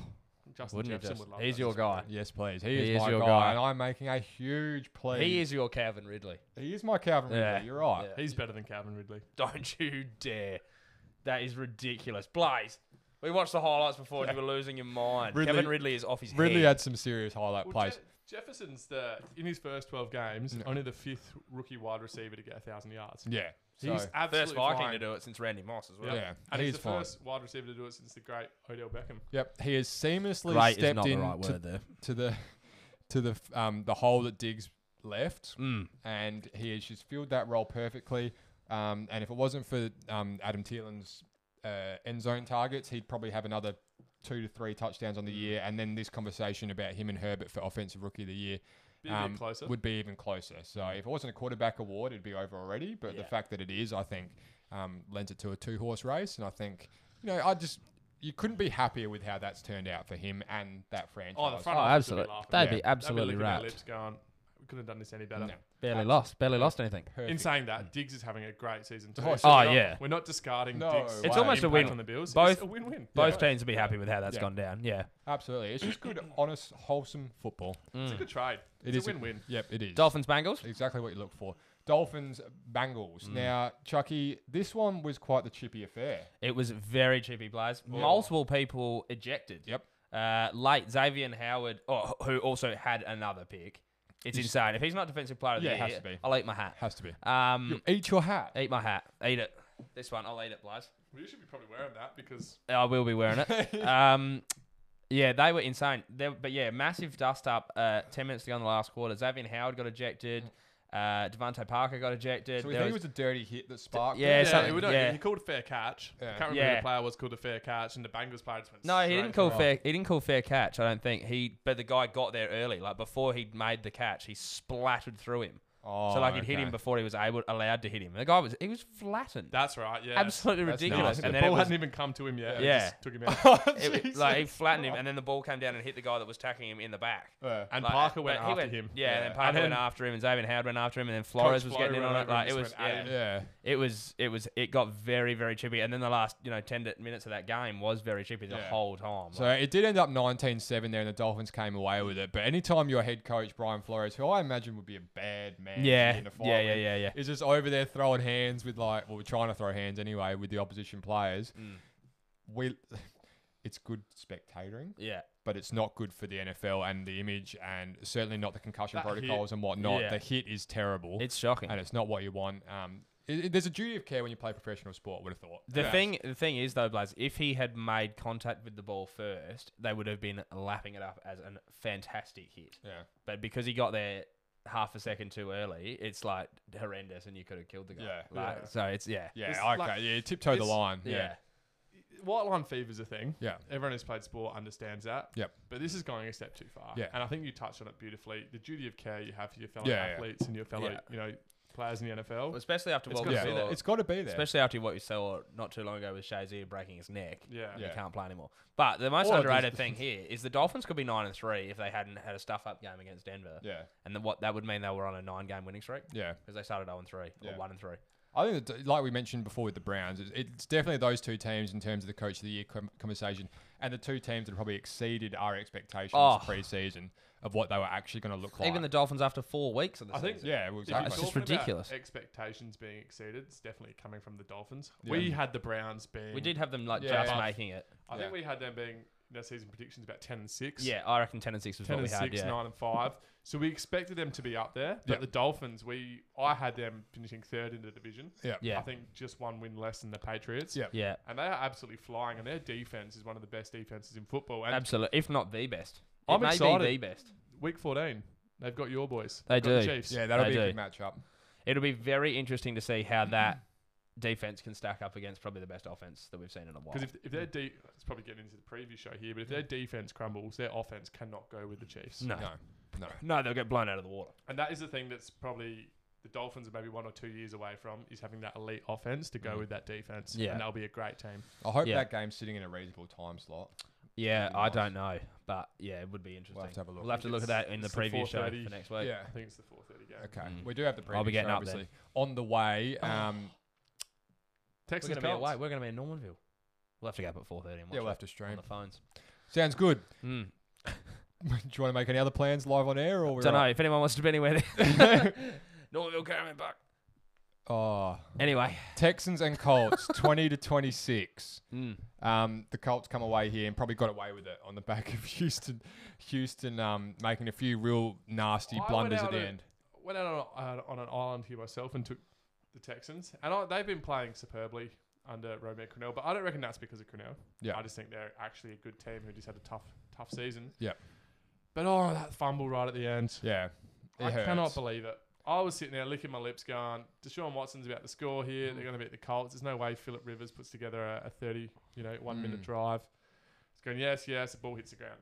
[SPEAKER 3] Justin
[SPEAKER 2] Wouldn't you
[SPEAKER 3] Jefferson
[SPEAKER 2] just?
[SPEAKER 3] would love
[SPEAKER 2] He's
[SPEAKER 3] that.
[SPEAKER 2] your guy.
[SPEAKER 1] Yes, please. He,
[SPEAKER 2] Uh, He
[SPEAKER 1] is,
[SPEAKER 2] is
[SPEAKER 1] my
[SPEAKER 2] your
[SPEAKER 1] guy,
[SPEAKER 2] guy.
[SPEAKER 1] and I'm making a huge plea.
[SPEAKER 2] He is your Calvin Ridley.
[SPEAKER 1] He is my Calvin Ridley.
[SPEAKER 2] Yeah.
[SPEAKER 1] You're right.
[SPEAKER 2] Yeah.
[SPEAKER 3] He's better than Calvin Ridley.
[SPEAKER 2] Don't you dare. That is ridiculous. Blaze, we watched the highlights before and you were losing your mind.
[SPEAKER 1] Ridley-
[SPEAKER 2] Kevin Ridley is off his
[SPEAKER 1] Ridley
[SPEAKER 2] head.
[SPEAKER 1] had some serious highlight
[SPEAKER 3] Well,
[SPEAKER 1] plays.
[SPEAKER 3] Je- Jefferson's the in his first twelve games only the fifth rookie wide receiver to get thousand yards.
[SPEAKER 1] yeah. So,
[SPEAKER 3] He's
[SPEAKER 2] First
[SPEAKER 3] absolutely
[SPEAKER 2] Viking
[SPEAKER 3] flying.
[SPEAKER 2] to do it since Randy Moss as well.
[SPEAKER 1] yeah.
[SPEAKER 3] And he's,
[SPEAKER 1] He's
[SPEAKER 3] the
[SPEAKER 1] fine.
[SPEAKER 3] first wide receiver to do it since the great Odell Beckham.
[SPEAKER 1] Yep. He has seamlessly
[SPEAKER 2] Great is
[SPEAKER 1] stepped
[SPEAKER 2] not the
[SPEAKER 1] in
[SPEAKER 2] right
[SPEAKER 1] to,
[SPEAKER 2] word there.
[SPEAKER 1] to the to the f- um the hole that Diggs left,
[SPEAKER 2] Mm.
[SPEAKER 1] and he has just filled that role perfectly. Um, and if it wasn't for um, Adam Thielen's uh, end zone targets, he'd probably have another two to three touchdowns
[SPEAKER 3] Mm.
[SPEAKER 1] on the year. And then this conversation about him and Herbert for offensive rookie of the year
[SPEAKER 3] Be a
[SPEAKER 1] um,
[SPEAKER 3] bit closer. Mm.
[SPEAKER 1] would be even closer. So if it wasn't a quarterback award, it'd be over already. But the
[SPEAKER 2] Yeah.
[SPEAKER 1] fact that it is, I think, um, lends it to a two horse race. And I think, you know, I just you couldn't be happier with how that's turned out for him and that franchise.
[SPEAKER 3] oh, the front
[SPEAKER 2] Oh,
[SPEAKER 3] office would
[SPEAKER 2] absolutely.
[SPEAKER 3] be laughing.
[SPEAKER 2] They'd
[SPEAKER 1] Yeah.
[SPEAKER 2] be
[SPEAKER 3] They'd be
[SPEAKER 2] absolutely
[SPEAKER 3] licking their
[SPEAKER 2] wrapped.
[SPEAKER 3] lips going, we couldn't have done this any better.
[SPEAKER 1] No.
[SPEAKER 2] Barely lost. Barely lost anything.
[SPEAKER 1] Perfect.
[SPEAKER 3] In saying
[SPEAKER 2] Mm.
[SPEAKER 3] that, Diggs is having a great season too.
[SPEAKER 1] Oh,
[SPEAKER 3] So we're
[SPEAKER 2] oh,
[SPEAKER 3] not-
[SPEAKER 2] yeah.
[SPEAKER 3] we're not discarding
[SPEAKER 1] No
[SPEAKER 3] Diggs.
[SPEAKER 1] way. It's
[SPEAKER 2] almost a
[SPEAKER 3] impact
[SPEAKER 2] win.
[SPEAKER 3] on the Bills.
[SPEAKER 2] Both-
[SPEAKER 3] it's a win-win.
[SPEAKER 2] Both
[SPEAKER 3] Yeah.
[SPEAKER 2] teams would be happy with how that's
[SPEAKER 1] Yeah.
[SPEAKER 2] gone down. Yeah.
[SPEAKER 1] Absolutely, it's just good, honest, wholesome football.
[SPEAKER 3] It's
[SPEAKER 2] Mm.
[SPEAKER 3] a good trade.
[SPEAKER 1] It
[SPEAKER 3] it's
[SPEAKER 1] is
[SPEAKER 3] a win-win.
[SPEAKER 1] Yep, it is.
[SPEAKER 2] Dolphins, Bengals.
[SPEAKER 1] exactly what you look for. Dolphins, Bengals. Now, Chucky, this one was quite the chippy affair.
[SPEAKER 2] It was very chippy plays. Multiple people ejected.
[SPEAKER 1] Yep.
[SPEAKER 2] Uh, late Xavier and Howard, oh, who also had another pick. It's insane. If he's not defensive player of the
[SPEAKER 1] Yeah, it
[SPEAKER 2] year,
[SPEAKER 1] has to be.
[SPEAKER 2] I'll eat my hat.
[SPEAKER 1] Has to be. Mm.
[SPEAKER 2] Um,
[SPEAKER 1] Eat your hat.
[SPEAKER 2] eat my hat. Eat it. This one, I'll eat it, Blaze.
[SPEAKER 3] Well, you should be probably wearing that because
[SPEAKER 2] I will be wearing it. um, yeah, they were insane. They, but yeah, massive dust up. Uh, Ten minutes to go in the last quarter. Xavier Howard got ejected. Uh, Devante Parker got ejected.
[SPEAKER 1] So we
[SPEAKER 2] There
[SPEAKER 1] think
[SPEAKER 2] was-
[SPEAKER 1] it was a dirty hit that sparked.
[SPEAKER 2] yeah,
[SPEAKER 1] it?
[SPEAKER 2] something-
[SPEAKER 3] it would- no,
[SPEAKER 2] yeah.
[SPEAKER 3] he called a fair catch.
[SPEAKER 1] Yeah.
[SPEAKER 3] I can't remember
[SPEAKER 2] Yeah.
[SPEAKER 3] the player was called a fair catch, and the Bengals player just went.
[SPEAKER 2] no, he didn't
[SPEAKER 3] straight
[SPEAKER 2] call
[SPEAKER 3] for it.
[SPEAKER 2] fair. He didn't call fair catch. I don't think he. But the guy got there early. Like before he'd made the catch, he splattered through him.
[SPEAKER 1] Oh,
[SPEAKER 2] so like he'd hit
[SPEAKER 1] okay.
[SPEAKER 2] him before he was able allowed to hit him. The guy was he was flattened.
[SPEAKER 3] That's right. Yeah.
[SPEAKER 2] Absolutely
[SPEAKER 1] That's
[SPEAKER 2] ridiculous.
[SPEAKER 1] nice.
[SPEAKER 2] And
[SPEAKER 3] the
[SPEAKER 2] then it
[SPEAKER 3] ball
[SPEAKER 2] was,
[SPEAKER 3] hadn't even come to him yet.
[SPEAKER 2] Yeah.
[SPEAKER 3] It just took him out.
[SPEAKER 2] it- like he flattened him, and then the ball came down and hit the guy that was tackling him in the back.
[SPEAKER 1] Yeah.
[SPEAKER 3] And
[SPEAKER 2] Like,
[SPEAKER 3] Parker
[SPEAKER 2] but
[SPEAKER 3] went
[SPEAKER 2] he
[SPEAKER 3] after him.
[SPEAKER 2] Yeah, and then
[SPEAKER 1] Yeah.
[SPEAKER 2] Parker
[SPEAKER 3] And then-
[SPEAKER 2] went after him, and Xavier Howard went after him, and then Flores was
[SPEAKER 3] Flo
[SPEAKER 2] getting in
[SPEAKER 3] ran
[SPEAKER 2] on it.
[SPEAKER 3] over
[SPEAKER 2] Like
[SPEAKER 3] and
[SPEAKER 2] it was,
[SPEAKER 3] just went at
[SPEAKER 2] yeah,
[SPEAKER 3] him.
[SPEAKER 1] yeah.
[SPEAKER 2] it was, it was, it got very, very chippy. And then the last, you know, ten di- minutes of that game was very chippy the
[SPEAKER 1] Yeah.
[SPEAKER 2] whole time.
[SPEAKER 1] So it did end up 19-7 there, and the Dolphins came away with it. But anytime your head coach Brian Flores, who I imagine would be a bad man, to be
[SPEAKER 2] yeah,
[SPEAKER 1] in a fight
[SPEAKER 2] yeah, yeah,
[SPEAKER 1] with,
[SPEAKER 2] yeah, yeah.
[SPEAKER 1] is just over there throwing hands with like, well, we're trying to throw hands anyway with the opposition players.
[SPEAKER 2] Mm.
[SPEAKER 1] We, it's good spectating,
[SPEAKER 2] Yeah,
[SPEAKER 1] but it's not good for the NFL and the image, and certainly not the concussion
[SPEAKER 3] That hit-
[SPEAKER 1] protocols and whatnot.
[SPEAKER 2] Yeah.
[SPEAKER 1] The hit is terrible,
[SPEAKER 2] it's shocking.
[SPEAKER 1] and it's not what you want. Um, it, it- there's a duty of care when you play professional sport. Would have thought
[SPEAKER 2] The
[SPEAKER 1] Yeah.
[SPEAKER 2] thing, the thing is though, Blaze, if he had made contact with the ball first, they would have been lapping it up as a fantastic hit.
[SPEAKER 1] yeah.
[SPEAKER 2] But because he got there half a second too early, it's like horrendous, and you could have killed the guy.
[SPEAKER 1] Yeah.
[SPEAKER 2] Like,
[SPEAKER 3] Yeah.
[SPEAKER 2] So it's yeah,
[SPEAKER 1] Yeah,
[SPEAKER 3] This-
[SPEAKER 1] okay.
[SPEAKER 3] like,
[SPEAKER 1] yeah, tiptoe the
[SPEAKER 3] this-
[SPEAKER 1] line.
[SPEAKER 2] yeah.
[SPEAKER 1] Yeah.
[SPEAKER 3] white line fever's a thing.
[SPEAKER 1] Yeah.
[SPEAKER 3] Everyone who's played sport understands that.
[SPEAKER 1] Yep.
[SPEAKER 3] But this is going a step too far.
[SPEAKER 1] Yeah.
[SPEAKER 3] And I think you touched on it beautifully. The duty of care you have for your fellow
[SPEAKER 1] Yeah, yeah.
[SPEAKER 3] athletes and your fellow,
[SPEAKER 2] Yeah.
[SPEAKER 3] you know, players in the NFL.
[SPEAKER 2] especially after
[SPEAKER 3] It's
[SPEAKER 2] what we
[SPEAKER 3] gotta
[SPEAKER 1] yeah,
[SPEAKER 3] be
[SPEAKER 2] saw,
[SPEAKER 3] there.
[SPEAKER 1] it's got to be there.
[SPEAKER 2] especially after what we saw not too long ago with Shazier breaking his neck.
[SPEAKER 3] Yeah.
[SPEAKER 1] Yeah.
[SPEAKER 2] He can't play anymore. But the most
[SPEAKER 1] Or does-
[SPEAKER 2] underrated thing here is the Dolphins could be nine and three if they hadn't had a stuff up game against Denver,
[SPEAKER 1] yeah,
[SPEAKER 2] and then what that would mean they were on a nine game winning streak
[SPEAKER 1] yeah.
[SPEAKER 2] because they started zero and three
[SPEAKER 1] Yeah.
[SPEAKER 2] or one and three.
[SPEAKER 1] I think, that, like we mentioned before with the Browns, it's, it's definitely those two teams in terms of the coach of the year com- conversation, and the two teams that probably exceeded our expectations
[SPEAKER 2] Oh.
[SPEAKER 1] pre-season of what they were actually going to look like.
[SPEAKER 2] Even the Dolphins after four weeks of the
[SPEAKER 3] I think-
[SPEAKER 2] season.
[SPEAKER 1] yeah, well,
[SPEAKER 3] If you're
[SPEAKER 1] exactly.
[SPEAKER 2] It's just
[SPEAKER 3] talking about
[SPEAKER 2] ridiculous.
[SPEAKER 3] Expectations being exceeded, it's definitely coming from the Dolphins.
[SPEAKER 1] Yeah.
[SPEAKER 3] We had the Browns being.
[SPEAKER 2] We did have them like
[SPEAKER 1] Yeah.
[SPEAKER 2] just
[SPEAKER 1] Yeah.
[SPEAKER 2] making it.
[SPEAKER 3] I
[SPEAKER 1] Yeah.
[SPEAKER 3] think we had them being their season predictions about ten and six.
[SPEAKER 2] Yeah, I reckon ten and six was
[SPEAKER 3] Ten
[SPEAKER 2] what
[SPEAKER 3] and
[SPEAKER 2] we
[SPEAKER 3] six,
[SPEAKER 2] had. Yeah.
[SPEAKER 3] nine and five. So we expected them to be up there. But
[SPEAKER 1] Yep.
[SPEAKER 3] the Dolphins, we I had them finishing third in the division.
[SPEAKER 1] yeah,
[SPEAKER 2] Yeah.
[SPEAKER 3] I think just one win less than the Patriots.
[SPEAKER 1] Yeah.
[SPEAKER 2] yeah.
[SPEAKER 3] And they are absolutely flying, and their defense is one of the best defenses in football. And
[SPEAKER 2] Absolutely, if not the best. It
[SPEAKER 3] I'm
[SPEAKER 2] may
[SPEAKER 3] excited.
[SPEAKER 2] be the best.
[SPEAKER 3] week 14, they've got your boys.
[SPEAKER 2] They
[SPEAKER 3] They've got
[SPEAKER 2] do.
[SPEAKER 3] The Chiefs.
[SPEAKER 1] yeah, that'll
[SPEAKER 2] They
[SPEAKER 1] be a
[SPEAKER 2] do.
[SPEAKER 1] good matchup.
[SPEAKER 2] It'll be very interesting to see how that defense can stack up against probably the best offense that we've seen in a while.
[SPEAKER 3] Because if, if their de- it's probably getting into the preview show here, but if their defense crumbles, their offense cannot go with the Chiefs.
[SPEAKER 2] Mm. no.
[SPEAKER 1] No, no,
[SPEAKER 2] No, they'll get blown out of the water.
[SPEAKER 3] And that is the thing that's probably the Dolphins are maybe one or two years away from is having that elite offense to go
[SPEAKER 2] Mhm.
[SPEAKER 3] with that defense.
[SPEAKER 2] Yeah.
[SPEAKER 3] And they'll be a great team.
[SPEAKER 1] I hope
[SPEAKER 2] Yeah.
[SPEAKER 1] that game's sitting in a reasonable time slot.
[SPEAKER 2] Yeah,
[SPEAKER 1] That'd be
[SPEAKER 2] I
[SPEAKER 1] nice.
[SPEAKER 2] don't know, but yeah, it would be interesting.
[SPEAKER 1] We'll have to have a look.
[SPEAKER 2] We'll have to look at that in the
[SPEAKER 3] It's the
[SPEAKER 2] preview show
[SPEAKER 3] 4:30.
[SPEAKER 2] for next week.
[SPEAKER 1] yeah.
[SPEAKER 3] I think it's the 4:30 game.
[SPEAKER 1] Okay,
[SPEAKER 2] Mm.
[SPEAKER 1] we do have the preview.
[SPEAKER 2] I'll be getting
[SPEAKER 1] show,
[SPEAKER 2] up then. Oh,
[SPEAKER 1] obviously. on the way. Um,
[SPEAKER 2] We're
[SPEAKER 3] Texans
[SPEAKER 2] going to be
[SPEAKER 3] Colts.
[SPEAKER 2] away. We're going to be in Normanville. We'll have to go up at four thirty.
[SPEAKER 1] yeah, we'll have to
[SPEAKER 2] on
[SPEAKER 1] stream.
[SPEAKER 2] the phones.
[SPEAKER 1] Sounds good. do
[SPEAKER 2] Mm.
[SPEAKER 1] you want to make any other plans live on air, or we're
[SPEAKER 2] Don't know
[SPEAKER 1] all-
[SPEAKER 2] if anyone wants to be anywhere there. Normanville Caravan Park.
[SPEAKER 1] Oh,
[SPEAKER 2] Anyway,
[SPEAKER 1] Texans and Colts, twenty to twenty-six.
[SPEAKER 2] mm.
[SPEAKER 1] Um, the Colts come away here and probably got away with it on the back of Houston. Houston um, making a few real nasty
[SPEAKER 3] I went
[SPEAKER 1] blunders at
[SPEAKER 3] out
[SPEAKER 1] the
[SPEAKER 3] and-
[SPEAKER 1] end.
[SPEAKER 3] went out on, uh, on an island here myself and took the Texans, and I, they've been playing superbly under Romeo Cornell. But I don't reckon that's because of Cornell.
[SPEAKER 1] Yeah.
[SPEAKER 3] I just think they're actually a good team who just had a tough, tough season.
[SPEAKER 1] Yeah.
[SPEAKER 3] But oh, that fumble right at the end!
[SPEAKER 1] Yeah, it
[SPEAKER 3] I
[SPEAKER 1] hurts.
[SPEAKER 3] cannot believe it. I was sitting there licking my lips, going, "Deshaun Watson's about to score here.
[SPEAKER 1] Mm.
[SPEAKER 3] They're going to beat the Colts. There's no way Philip Rivers puts together a, a 30, you know, one minute
[SPEAKER 1] Mm.
[SPEAKER 3] drive." It's going yes, yes. The ball hits the ground.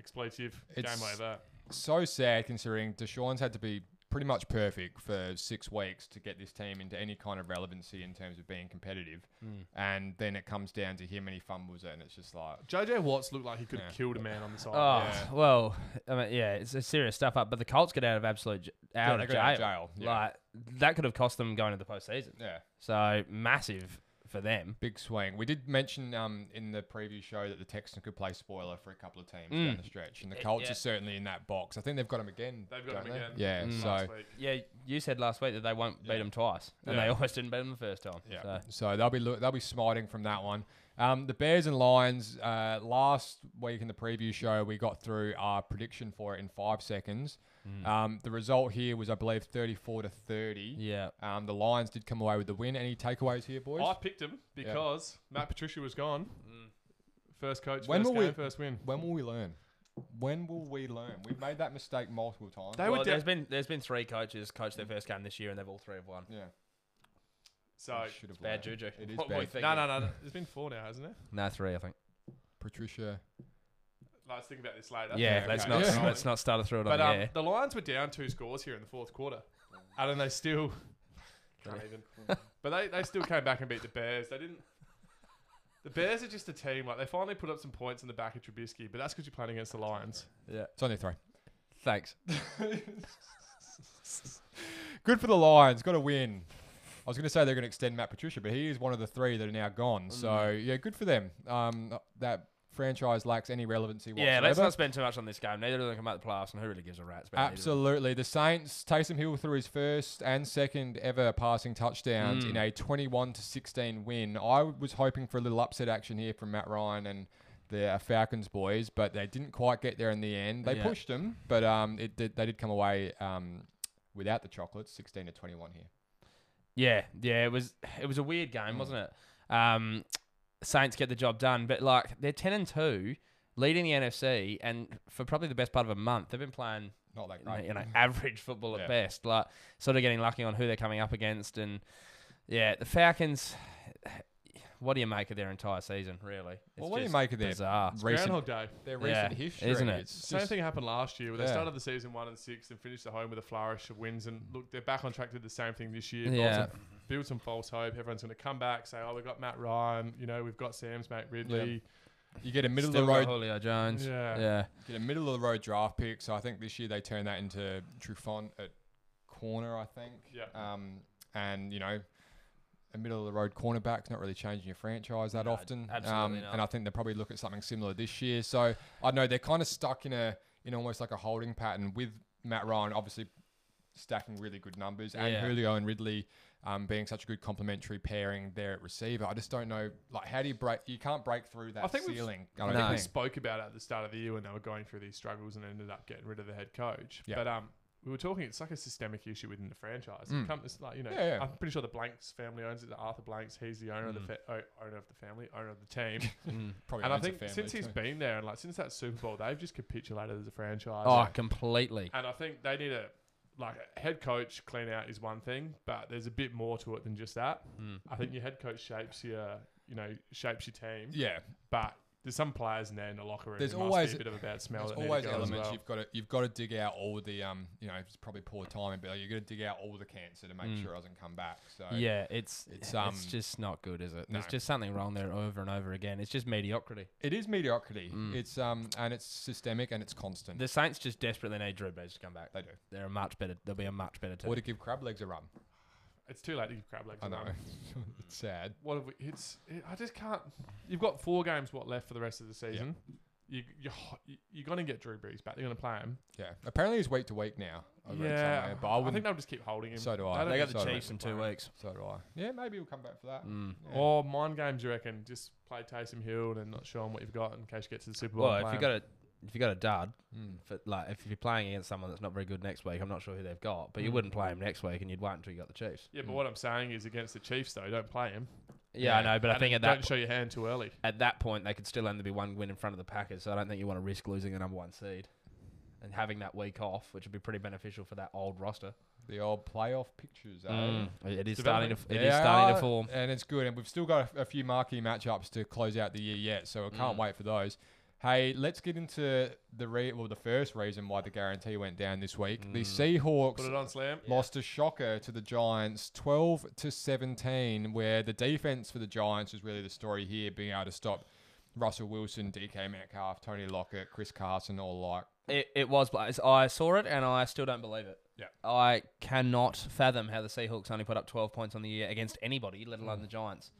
[SPEAKER 3] Explosive. game
[SPEAKER 1] It's-
[SPEAKER 3] over.
[SPEAKER 1] so sad considering Deshaun's had to be pretty much perfect for six weeks to get this team into any kind of relevancy in terms of being competitive,
[SPEAKER 2] Mm.
[SPEAKER 1] and then it comes down to him and he fumbles it, and it's just like
[SPEAKER 3] JJ Watts looked like he could have
[SPEAKER 1] Yeah.
[SPEAKER 3] killed a man on the
[SPEAKER 2] Oh
[SPEAKER 3] side.
[SPEAKER 1] yeah.
[SPEAKER 2] well, I mean, yeah, it's, it's serious stuff. Up, but the Colts get out of absolute j- out,
[SPEAKER 1] they
[SPEAKER 2] of
[SPEAKER 1] got
[SPEAKER 2] jail.
[SPEAKER 1] out of jail, yeah.
[SPEAKER 2] Like that could have cost them going to the postseason.
[SPEAKER 1] yeah.
[SPEAKER 2] So massive for them.
[SPEAKER 1] Big swing. We did mention um, in the preview show that the Texans could play spoiler for a couple of teams
[SPEAKER 2] Mm.
[SPEAKER 1] down the stretch, and the
[SPEAKER 2] Eh,
[SPEAKER 1] Colts
[SPEAKER 2] yeah.
[SPEAKER 1] are certainly in that box. I think they've got them again.
[SPEAKER 3] They've
[SPEAKER 1] don't
[SPEAKER 3] got them
[SPEAKER 1] they?
[SPEAKER 3] again.
[SPEAKER 1] Yeah.
[SPEAKER 2] Mm.
[SPEAKER 1] So
[SPEAKER 3] last week.
[SPEAKER 2] Yeah, you said last week that they won't beat
[SPEAKER 1] Yeah.
[SPEAKER 2] them twice, and
[SPEAKER 1] Yeah.
[SPEAKER 2] they almost didn't beat them the first time.
[SPEAKER 1] yeah.
[SPEAKER 2] So.
[SPEAKER 1] So, they'll be lo- they'll be smiting from that one. Um, the Bears and Lions. Uh, last week in the preview show, we got through our prediction for it in five seconds.
[SPEAKER 3] Hmm.
[SPEAKER 2] Uh,
[SPEAKER 1] Um, the result here was, I believe, thirty-four to thirty.
[SPEAKER 2] Mm. Yeah.
[SPEAKER 1] Um, the Lions did come away with the win. Any takeaways here, boys?
[SPEAKER 3] I picked him because Matt Patricia was gone. First coach,
[SPEAKER 1] When
[SPEAKER 3] first
[SPEAKER 1] will
[SPEAKER 3] game,
[SPEAKER 1] we-
[SPEAKER 3] first win.
[SPEAKER 1] when will we learn? When will we learn? We've made that mistake multiple times.
[SPEAKER 3] They
[SPEAKER 2] Well,
[SPEAKER 3] were de-
[SPEAKER 2] there's been there's been three coaches coached their first game this year, and they've all three have won.
[SPEAKER 1] yeah.
[SPEAKER 3] So
[SPEAKER 1] We should have
[SPEAKER 2] Bad
[SPEAKER 1] learned.
[SPEAKER 2] juju.
[SPEAKER 1] It is
[SPEAKER 2] What were we
[SPEAKER 1] bad.
[SPEAKER 2] thinking?
[SPEAKER 3] no, no, no. There's been four now, hasn't there?
[SPEAKER 2] No, three, I think.
[SPEAKER 1] Patricia.
[SPEAKER 3] Let's think about this later.
[SPEAKER 2] yeah,
[SPEAKER 1] Yeah,
[SPEAKER 2] let's
[SPEAKER 1] okay.
[SPEAKER 2] not
[SPEAKER 1] Yeah.
[SPEAKER 2] let's not start a throw it on
[SPEAKER 3] But
[SPEAKER 2] the
[SPEAKER 3] um,
[SPEAKER 2] air.
[SPEAKER 3] the Lions were down two scores here in the fourth quarter, and then they still can't even. But they, they still came back and beat the Bears. They didn't. The Bears are just a team. Like they finally put up some points in the back of Trubisky, but that's because you're playing against the Lions.
[SPEAKER 2] Yeah,
[SPEAKER 1] It's only three.
[SPEAKER 2] thanks.
[SPEAKER 1] Good for the Lions. Got a win. I was going to say they're going to extend Matt Patricia, but he is one of the three that are now gone. So
[SPEAKER 2] Mm.
[SPEAKER 1] yeah, good for them. Um, that franchise lacks any relevancy whatsoever.
[SPEAKER 2] Yeah, let's not spend too much on this game. Neither of them come out the playoffs, and who really gives a rat's about either of them.
[SPEAKER 1] Absolutely. The Saints, Taysom Hill threw his first and second ever passing touchdowns
[SPEAKER 2] Mm.
[SPEAKER 1] in a 21 to 16 win. I was hoping for a little upset action here from Matt Ryan and the uh, Falcons boys, but they didn't quite get there in the end. They
[SPEAKER 2] Yeah.
[SPEAKER 1] pushed them, but um, it did, they did come away um, without the chocolates, 16 to 21 here.
[SPEAKER 2] Yeah, yeah, it was it was a weird game,
[SPEAKER 1] Mm.
[SPEAKER 2] wasn't it? Um, Saints get the job done, but like they're ten and two, leading the NFC, and for probably the best part of a month, they've been playing
[SPEAKER 1] Not that
[SPEAKER 2] you know,
[SPEAKER 1] great.
[SPEAKER 2] you know, average football
[SPEAKER 1] Mm. Yeah.
[SPEAKER 2] at best, like sort of getting lucky on who they're coming up against, and yeah, the Falcons. what do you make of their entire season, really? It's
[SPEAKER 1] Well, what do you
[SPEAKER 2] just
[SPEAKER 1] make of their
[SPEAKER 2] bizarre.
[SPEAKER 1] recent,
[SPEAKER 3] Groundhog Day.
[SPEAKER 1] their
[SPEAKER 2] Yeah,
[SPEAKER 1] recent history?
[SPEAKER 2] isn't it?
[SPEAKER 1] It's
[SPEAKER 3] Same
[SPEAKER 1] just-
[SPEAKER 3] thing happened last year where they
[SPEAKER 1] Yeah.
[SPEAKER 3] started the season one and six and finished at home with a flourish of wins. And look, they're back on track to do the same thing this year. Build
[SPEAKER 2] Yeah.
[SPEAKER 3] some- build some false hope. Everyone's going to come back, say, oh, we've got Matt Ryan. You know, we've got Sam's mate Ridley.
[SPEAKER 1] You get a middle
[SPEAKER 2] Still
[SPEAKER 1] of the
[SPEAKER 2] got
[SPEAKER 1] road,
[SPEAKER 2] Julio Jones.
[SPEAKER 3] Yeah.
[SPEAKER 2] yeah.
[SPEAKER 1] get a middle of the road draft pick. So I think this year they turned that into Trufant at corner. I think.
[SPEAKER 3] Yeah.
[SPEAKER 1] Um, and you know, a middle of the road cornerback's not really changing your franchise that
[SPEAKER 2] No,
[SPEAKER 1] often.
[SPEAKER 2] absolutely
[SPEAKER 1] um,
[SPEAKER 2] not.
[SPEAKER 1] And I think they'll probably look at something similar this year. So I know they're kind of stuck in a in almost like a holding pattern with Matt Ryan, obviously stacking really good numbers, and
[SPEAKER 2] Yeah.
[SPEAKER 1] Julio and Ridley. Um, being such a good complementary pairing there at receiver, I just don't know. Like, how do you break? You can't break through that
[SPEAKER 3] I think we've-
[SPEAKER 1] ceiling. I
[SPEAKER 3] I
[SPEAKER 1] don't
[SPEAKER 2] No.
[SPEAKER 3] think we
[SPEAKER 1] think.
[SPEAKER 3] spoke about it at the start of the year when they were going through these struggles and ended up getting rid of the head coach.
[SPEAKER 1] Yeah.
[SPEAKER 3] But um, we were talking, it's like a systemic issue within the franchise.
[SPEAKER 1] Mm.
[SPEAKER 3] It comes, it's like, you know,
[SPEAKER 1] Yeah, yeah.
[SPEAKER 3] I'm pretty sure the Blanks family owns it, the Arthur Blanks. He's the owner of the
[SPEAKER 2] Mm.
[SPEAKER 3] fa- o- owner of the family, owner of the team.
[SPEAKER 2] Mm.
[SPEAKER 1] Probably
[SPEAKER 3] and I
[SPEAKER 1] owns a
[SPEAKER 3] think
[SPEAKER 1] family
[SPEAKER 3] since he's
[SPEAKER 1] too.
[SPEAKER 3] been there and like since that Super Bowl, they've just capitulated as a franchise.
[SPEAKER 2] Oh,
[SPEAKER 3] Like,
[SPEAKER 2] completely.
[SPEAKER 3] and I think they need a like a head coach clean out is one thing, but there's a bit more to it than just that.
[SPEAKER 2] Mm.
[SPEAKER 3] I think your head coach shapes your you know shapes your team,
[SPEAKER 1] Yeah,
[SPEAKER 3] but there's some players in there in the locker room.
[SPEAKER 1] There's
[SPEAKER 3] There's
[SPEAKER 1] always-
[SPEAKER 3] always a bit of a bad smell.
[SPEAKER 1] There's
[SPEAKER 3] that need to
[SPEAKER 1] always
[SPEAKER 3] go as
[SPEAKER 1] elements
[SPEAKER 3] well.
[SPEAKER 1] you've got to you've got to dig out all the um you know it's probably poor timing, but you've got to dig out all the cancer to make
[SPEAKER 2] Mm.
[SPEAKER 1] sure it doesn't come back. So
[SPEAKER 2] Yeah, it's
[SPEAKER 1] It's,
[SPEAKER 2] it's,
[SPEAKER 1] um,
[SPEAKER 2] just not good, is it?
[SPEAKER 1] no.
[SPEAKER 2] There's just something wrong there over and over again. It's just mediocrity.
[SPEAKER 1] it is mediocrity.
[SPEAKER 2] Mm.
[SPEAKER 1] It's um and it's systemic and it's constant.
[SPEAKER 2] The Saints just desperately need Drew Brees to come back.
[SPEAKER 1] they do.
[SPEAKER 2] They're a much better. They'll be a much better team.
[SPEAKER 1] Or to give crab legs a run.
[SPEAKER 3] It's too late to give crab legs.
[SPEAKER 1] I
[SPEAKER 3] a
[SPEAKER 1] know.
[SPEAKER 3] run.
[SPEAKER 1] it's sad.
[SPEAKER 3] What have we? It's it, I just can't. You've got four games what left for the rest of the season. You you you- you're gonna get Drew Brees back. You're gonna play him.
[SPEAKER 1] Yeah. Apparently he's week to week now. I read somewhere, but I
[SPEAKER 3] I think
[SPEAKER 1] wouldn't.
[SPEAKER 3] they'll just keep holding him.
[SPEAKER 1] so do I.
[SPEAKER 3] They
[SPEAKER 2] they got
[SPEAKER 3] think
[SPEAKER 2] the
[SPEAKER 3] so, mate.
[SPEAKER 2] Chiefs in two weeks.
[SPEAKER 1] So do I. Yeah, maybe we'll come back for that.
[SPEAKER 2] Mm.
[SPEAKER 1] Yeah.
[SPEAKER 3] Or mind games, you reckon? Just play Taysom Hill and not show him what you've got in case you get to the Super Bowl.
[SPEAKER 2] Well,
[SPEAKER 3] and
[SPEAKER 2] if you
[SPEAKER 3] play
[SPEAKER 2] got a if you got a dud,
[SPEAKER 3] Hmm.
[SPEAKER 1] Mm.
[SPEAKER 2] for, like if you're playing against someone that's not very good next week, I'm not sure who they've got, but you
[SPEAKER 1] Mm.
[SPEAKER 2] wouldn't play him next week, and you'd wait until you got the Chiefs.
[SPEAKER 3] him. yeah, but
[SPEAKER 1] Mm.
[SPEAKER 3] what I'm saying is against the Chiefs, though, don't play him.
[SPEAKER 2] Yeah, I
[SPEAKER 1] Yeah.
[SPEAKER 2] know, but I
[SPEAKER 3] And
[SPEAKER 2] think at
[SPEAKER 3] don't
[SPEAKER 2] that
[SPEAKER 3] show your hand too early.
[SPEAKER 2] at that point they could still only be one win in front of the Packers, so I don't think you want to risk losing the number one seed and having that week off, which would be pretty beneficial for that old roster.
[SPEAKER 1] The old playoff pictures.
[SPEAKER 2] Mm.
[SPEAKER 1] Eh?
[SPEAKER 3] Um,
[SPEAKER 2] It it is starting to it is
[SPEAKER 1] They
[SPEAKER 2] starting
[SPEAKER 1] are,
[SPEAKER 2] to form.
[SPEAKER 1] And it's good. And we've still got a, a few marquee matchups to close out the year yet, so I can't
[SPEAKER 2] Mm.
[SPEAKER 1] wait for those. Hey, let's get into the re- well, the first reason why the guarantee went down this week. The
[SPEAKER 2] Mm.
[SPEAKER 3] Put
[SPEAKER 1] Seahawks
[SPEAKER 3] it on slam.
[SPEAKER 1] lost a shocker to the Giants, 12 to 17, where the defense for the Giants was really the story here, being able to stop Russell Wilson, DK Metcalf, Tony Lockett, Chris Carson, all like.
[SPEAKER 2] It, it was, but it's- I saw it and I still don't believe it.
[SPEAKER 1] Yeah.
[SPEAKER 2] I cannot fathom how the Seahawks only put up 12 points on the year against anybody, let alone the Giants.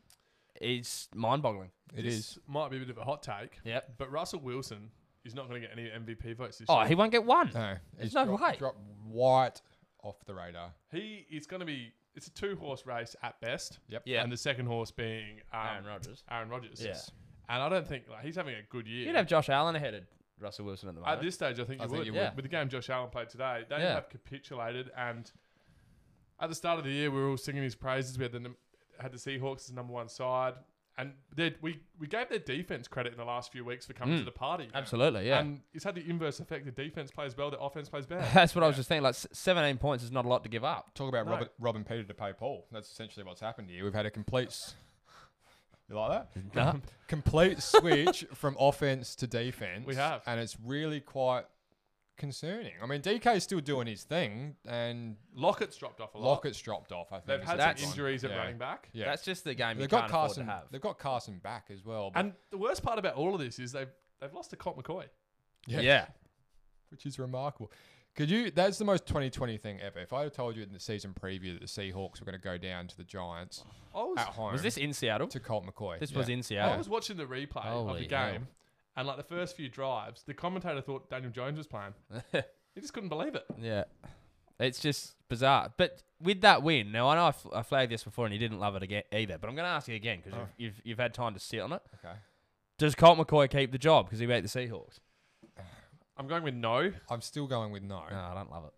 [SPEAKER 2] It's mind boggling.
[SPEAKER 1] It
[SPEAKER 3] this
[SPEAKER 1] is.
[SPEAKER 3] might be a bit of a hot take,
[SPEAKER 2] Yep.
[SPEAKER 3] but Russell Wilson is not going to get any MVP votes this
[SPEAKER 2] Oh,
[SPEAKER 3] year. Uh,
[SPEAKER 2] he won't get one.
[SPEAKER 1] No, it's
[SPEAKER 2] no
[SPEAKER 1] dropped,
[SPEAKER 2] way.
[SPEAKER 1] dropped right off the radar.
[SPEAKER 3] He is going to be. It's a two horse race at best.
[SPEAKER 1] Yep.
[SPEAKER 2] Yeah.
[SPEAKER 3] And the second horse being um,
[SPEAKER 2] Aaron Rodgers.
[SPEAKER 3] Aaron Rodgers.
[SPEAKER 2] Yeah.
[SPEAKER 3] And I don't think like, he's having a good year.
[SPEAKER 2] You'd have Josh Allen ahead of Russell Wilson at the moment.
[SPEAKER 3] At this stage, I think
[SPEAKER 1] I
[SPEAKER 3] you
[SPEAKER 1] think
[SPEAKER 3] would.
[SPEAKER 1] you
[SPEAKER 2] would. Yeah.
[SPEAKER 3] With the game Josh Allen played today, they
[SPEAKER 2] Yeah.
[SPEAKER 3] have capitulated. And at the start of the year, we were all singing his praises. We had the num- had the Seahawks as number one side, and they'd- we we gave their defense credit in the last few weeks for coming
[SPEAKER 2] Mm.
[SPEAKER 3] to the party.
[SPEAKER 2] Absolutely, yeah.
[SPEAKER 3] And it's had the inverse effect. The defense plays well, the offense plays bad.
[SPEAKER 2] That's what I was just thinking. Like s- 17 points is not a lot to give up.
[SPEAKER 1] Talk about
[SPEAKER 3] No.
[SPEAKER 1] Robert, Robin Peter to pay Paul. That's essentially what's happened here. We've had a complete. s- You like that?
[SPEAKER 2] No.
[SPEAKER 1] Complete switch from offense to defense.
[SPEAKER 3] We have.
[SPEAKER 1] and it's really quite concerning. I mean, DK's still doing his thing, and
[SPEAKER 3] Lockett's dropped off a lot.
[SPEAKER 1] Lockett's dropped off. I think
[SPEAKER 3] They've
[SPEAKER 1] is the
[SPEAKER 3] had some
[SPEAKER 2] That's-
[SPEAKER 1] big one.
[SPEAKER 3] injuries at
[SPEAKER 1] Yeah.
[SPEAKER 3] running back.
[SPEAKER 1] Yeah,
[SPEAKER 2] That's just the game you
[SPEAKER 1] they've got
[SPEAKER 2] can't afford to
[SPEAKER 1] Carson.
[SPEAKER 2] have.
[SPEAKER 1] They've got Carson back as well. but-
[SPEAKER 3] And the worst part about all of this is they've they've lost to Colt McCoy.
[SPEAKER 1] Yeah. which is remarkable. Could you? That's the most 2020 thing ever. If I had told you in the season preview that the Seahawks were going to go down to the Giants
[SPEAKER 3] I was,
[SPEAKER 1] at home
[SPEAKER 2] Was this in Seattle?
[SPEAKER 1] to Colt McCoy,
[SPEAKER 2] This was
[SPEAKER 1] Yeah.
[SPEAKER 2] in
[SPEAKER 3] I
[SPEAKER 2] Seattle.
[SPEAKER 3] was watching the replay of
[SPEAKER 2] Holy
[SPEAKER 3] the game,
[SPEAKER 2] hell.
[SPEAKER 3] and like the first few drives, the commentator thought Daniel Jones was playing. He just couldn't believe it.
[SPEAKER 2] Yeah. It's just bizarre. But with that win, now I know I, fl- I flagged this before and you didn't love it again either, but I'm going to ask you again because
[SPEAKER 1] Oh.
[SPEAKER 2] you've, you've, you've had time to sit on it.
[SPEAKER 1] Okay.
[SPEAKER 2] Does Colt McCoy keep the job because he beat the Seahawks?
[SPEAKER 3] I'm going with no.
[SPEAKER 1] I'm still going with no.
[SPEAKER 2] No, I don't love it.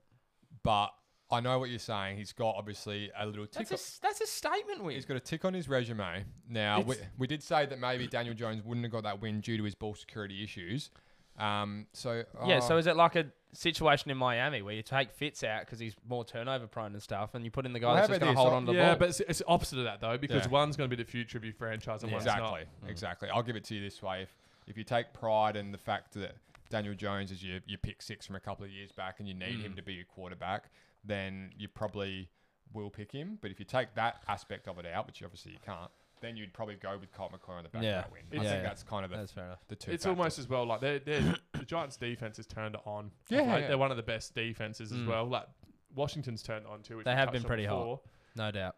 [SPEAKER 1] but I know what you're saying. He's got obviously a little tick.
[SPEAKER 2] That's a,
[SPEAKER 1] On,
[SPEAKER 2] s- that's a statement win.
[SPEAKER 1] he's got a tick on his resume. Now we,
[SPEAKER 2] It's-
[SPEAKER 1] we did say that maybe Daniel Jones wouldn't have got that win due to his ball security issues, Um, so oh,
[SPEAKER 2] yeah, so is it like a situation in Miami where you take Fitz out because he's more turnover prone and stuff, and you put in the guy
[SPEAKER 1] Well,
[SPEAKER 2] that's
[SPEAKER 1] how
[SPEAKER 2] just
[SPEAKER 1] about
[SPEAKER 2] going to
[SPEAKER 1] this?
[SPEAKER 2] hold
[SPEAKER 1] I-
[SPEAKER 2] on to the
[SPEAKER 3] yeah,
[SPEAKER 2] ball?
[SPEAKER 3] but it's, it's opposite of that though, because
[SPEAKER 1] Yeah.
[SPEAKER 3] one's going to be the future of your franchise and
[SPEAKER 2] Yeah.
[SPEAKER 3] one's
[SPEAKER 1] exactly,
[SPEAKER 3] not.
[SPEAKER 2] Hmm.
[SPEAKER 1] exactly. I'll give it to you this way: if if you take pride in the fact that Daniel Jones is your your pick six from a couple of years back, and you need
[SPEAKER 2] Mm.
[SPEAKER 1] him to be your quarterback, then you probably will pick him. But if you take that aspect of it out, which obviously you can't, then you'd probably go with Colt McCoy on the back
[SPEAKER 2] Yeah.
[SPEAKER 1] that win. I
[SPEAKER 2] Yeah.
[SPEAKER 1] think that's kind of the,
[SPEAKER 2] That's fair enough.
[SPEAKER 1] the two.
[SPEAKER 3] It's
[SPEAKER 1] factors.
[SPEAKER 3] almost as well like they're, they're, the Giants' defense is turned on.
[SPEAKER 1] Yeah,
[SPEAKER 3] Like,
[SPEAKER 1] yeah.
[SPEAKER 3] they're one of the best defenses as
[SPEAKER 2] Mm.
[SPEAKER 3] well. Like Washington's turned on too. Which
[SPEAKER 2] They
[SPEAKER 3] we
[SPEAKER 2] have been
[SPEAKER 3] touched on
[SPEAKER 2] pretty hot.
[SPEAKER 3] before.
[SPEAKER 2] No doubt.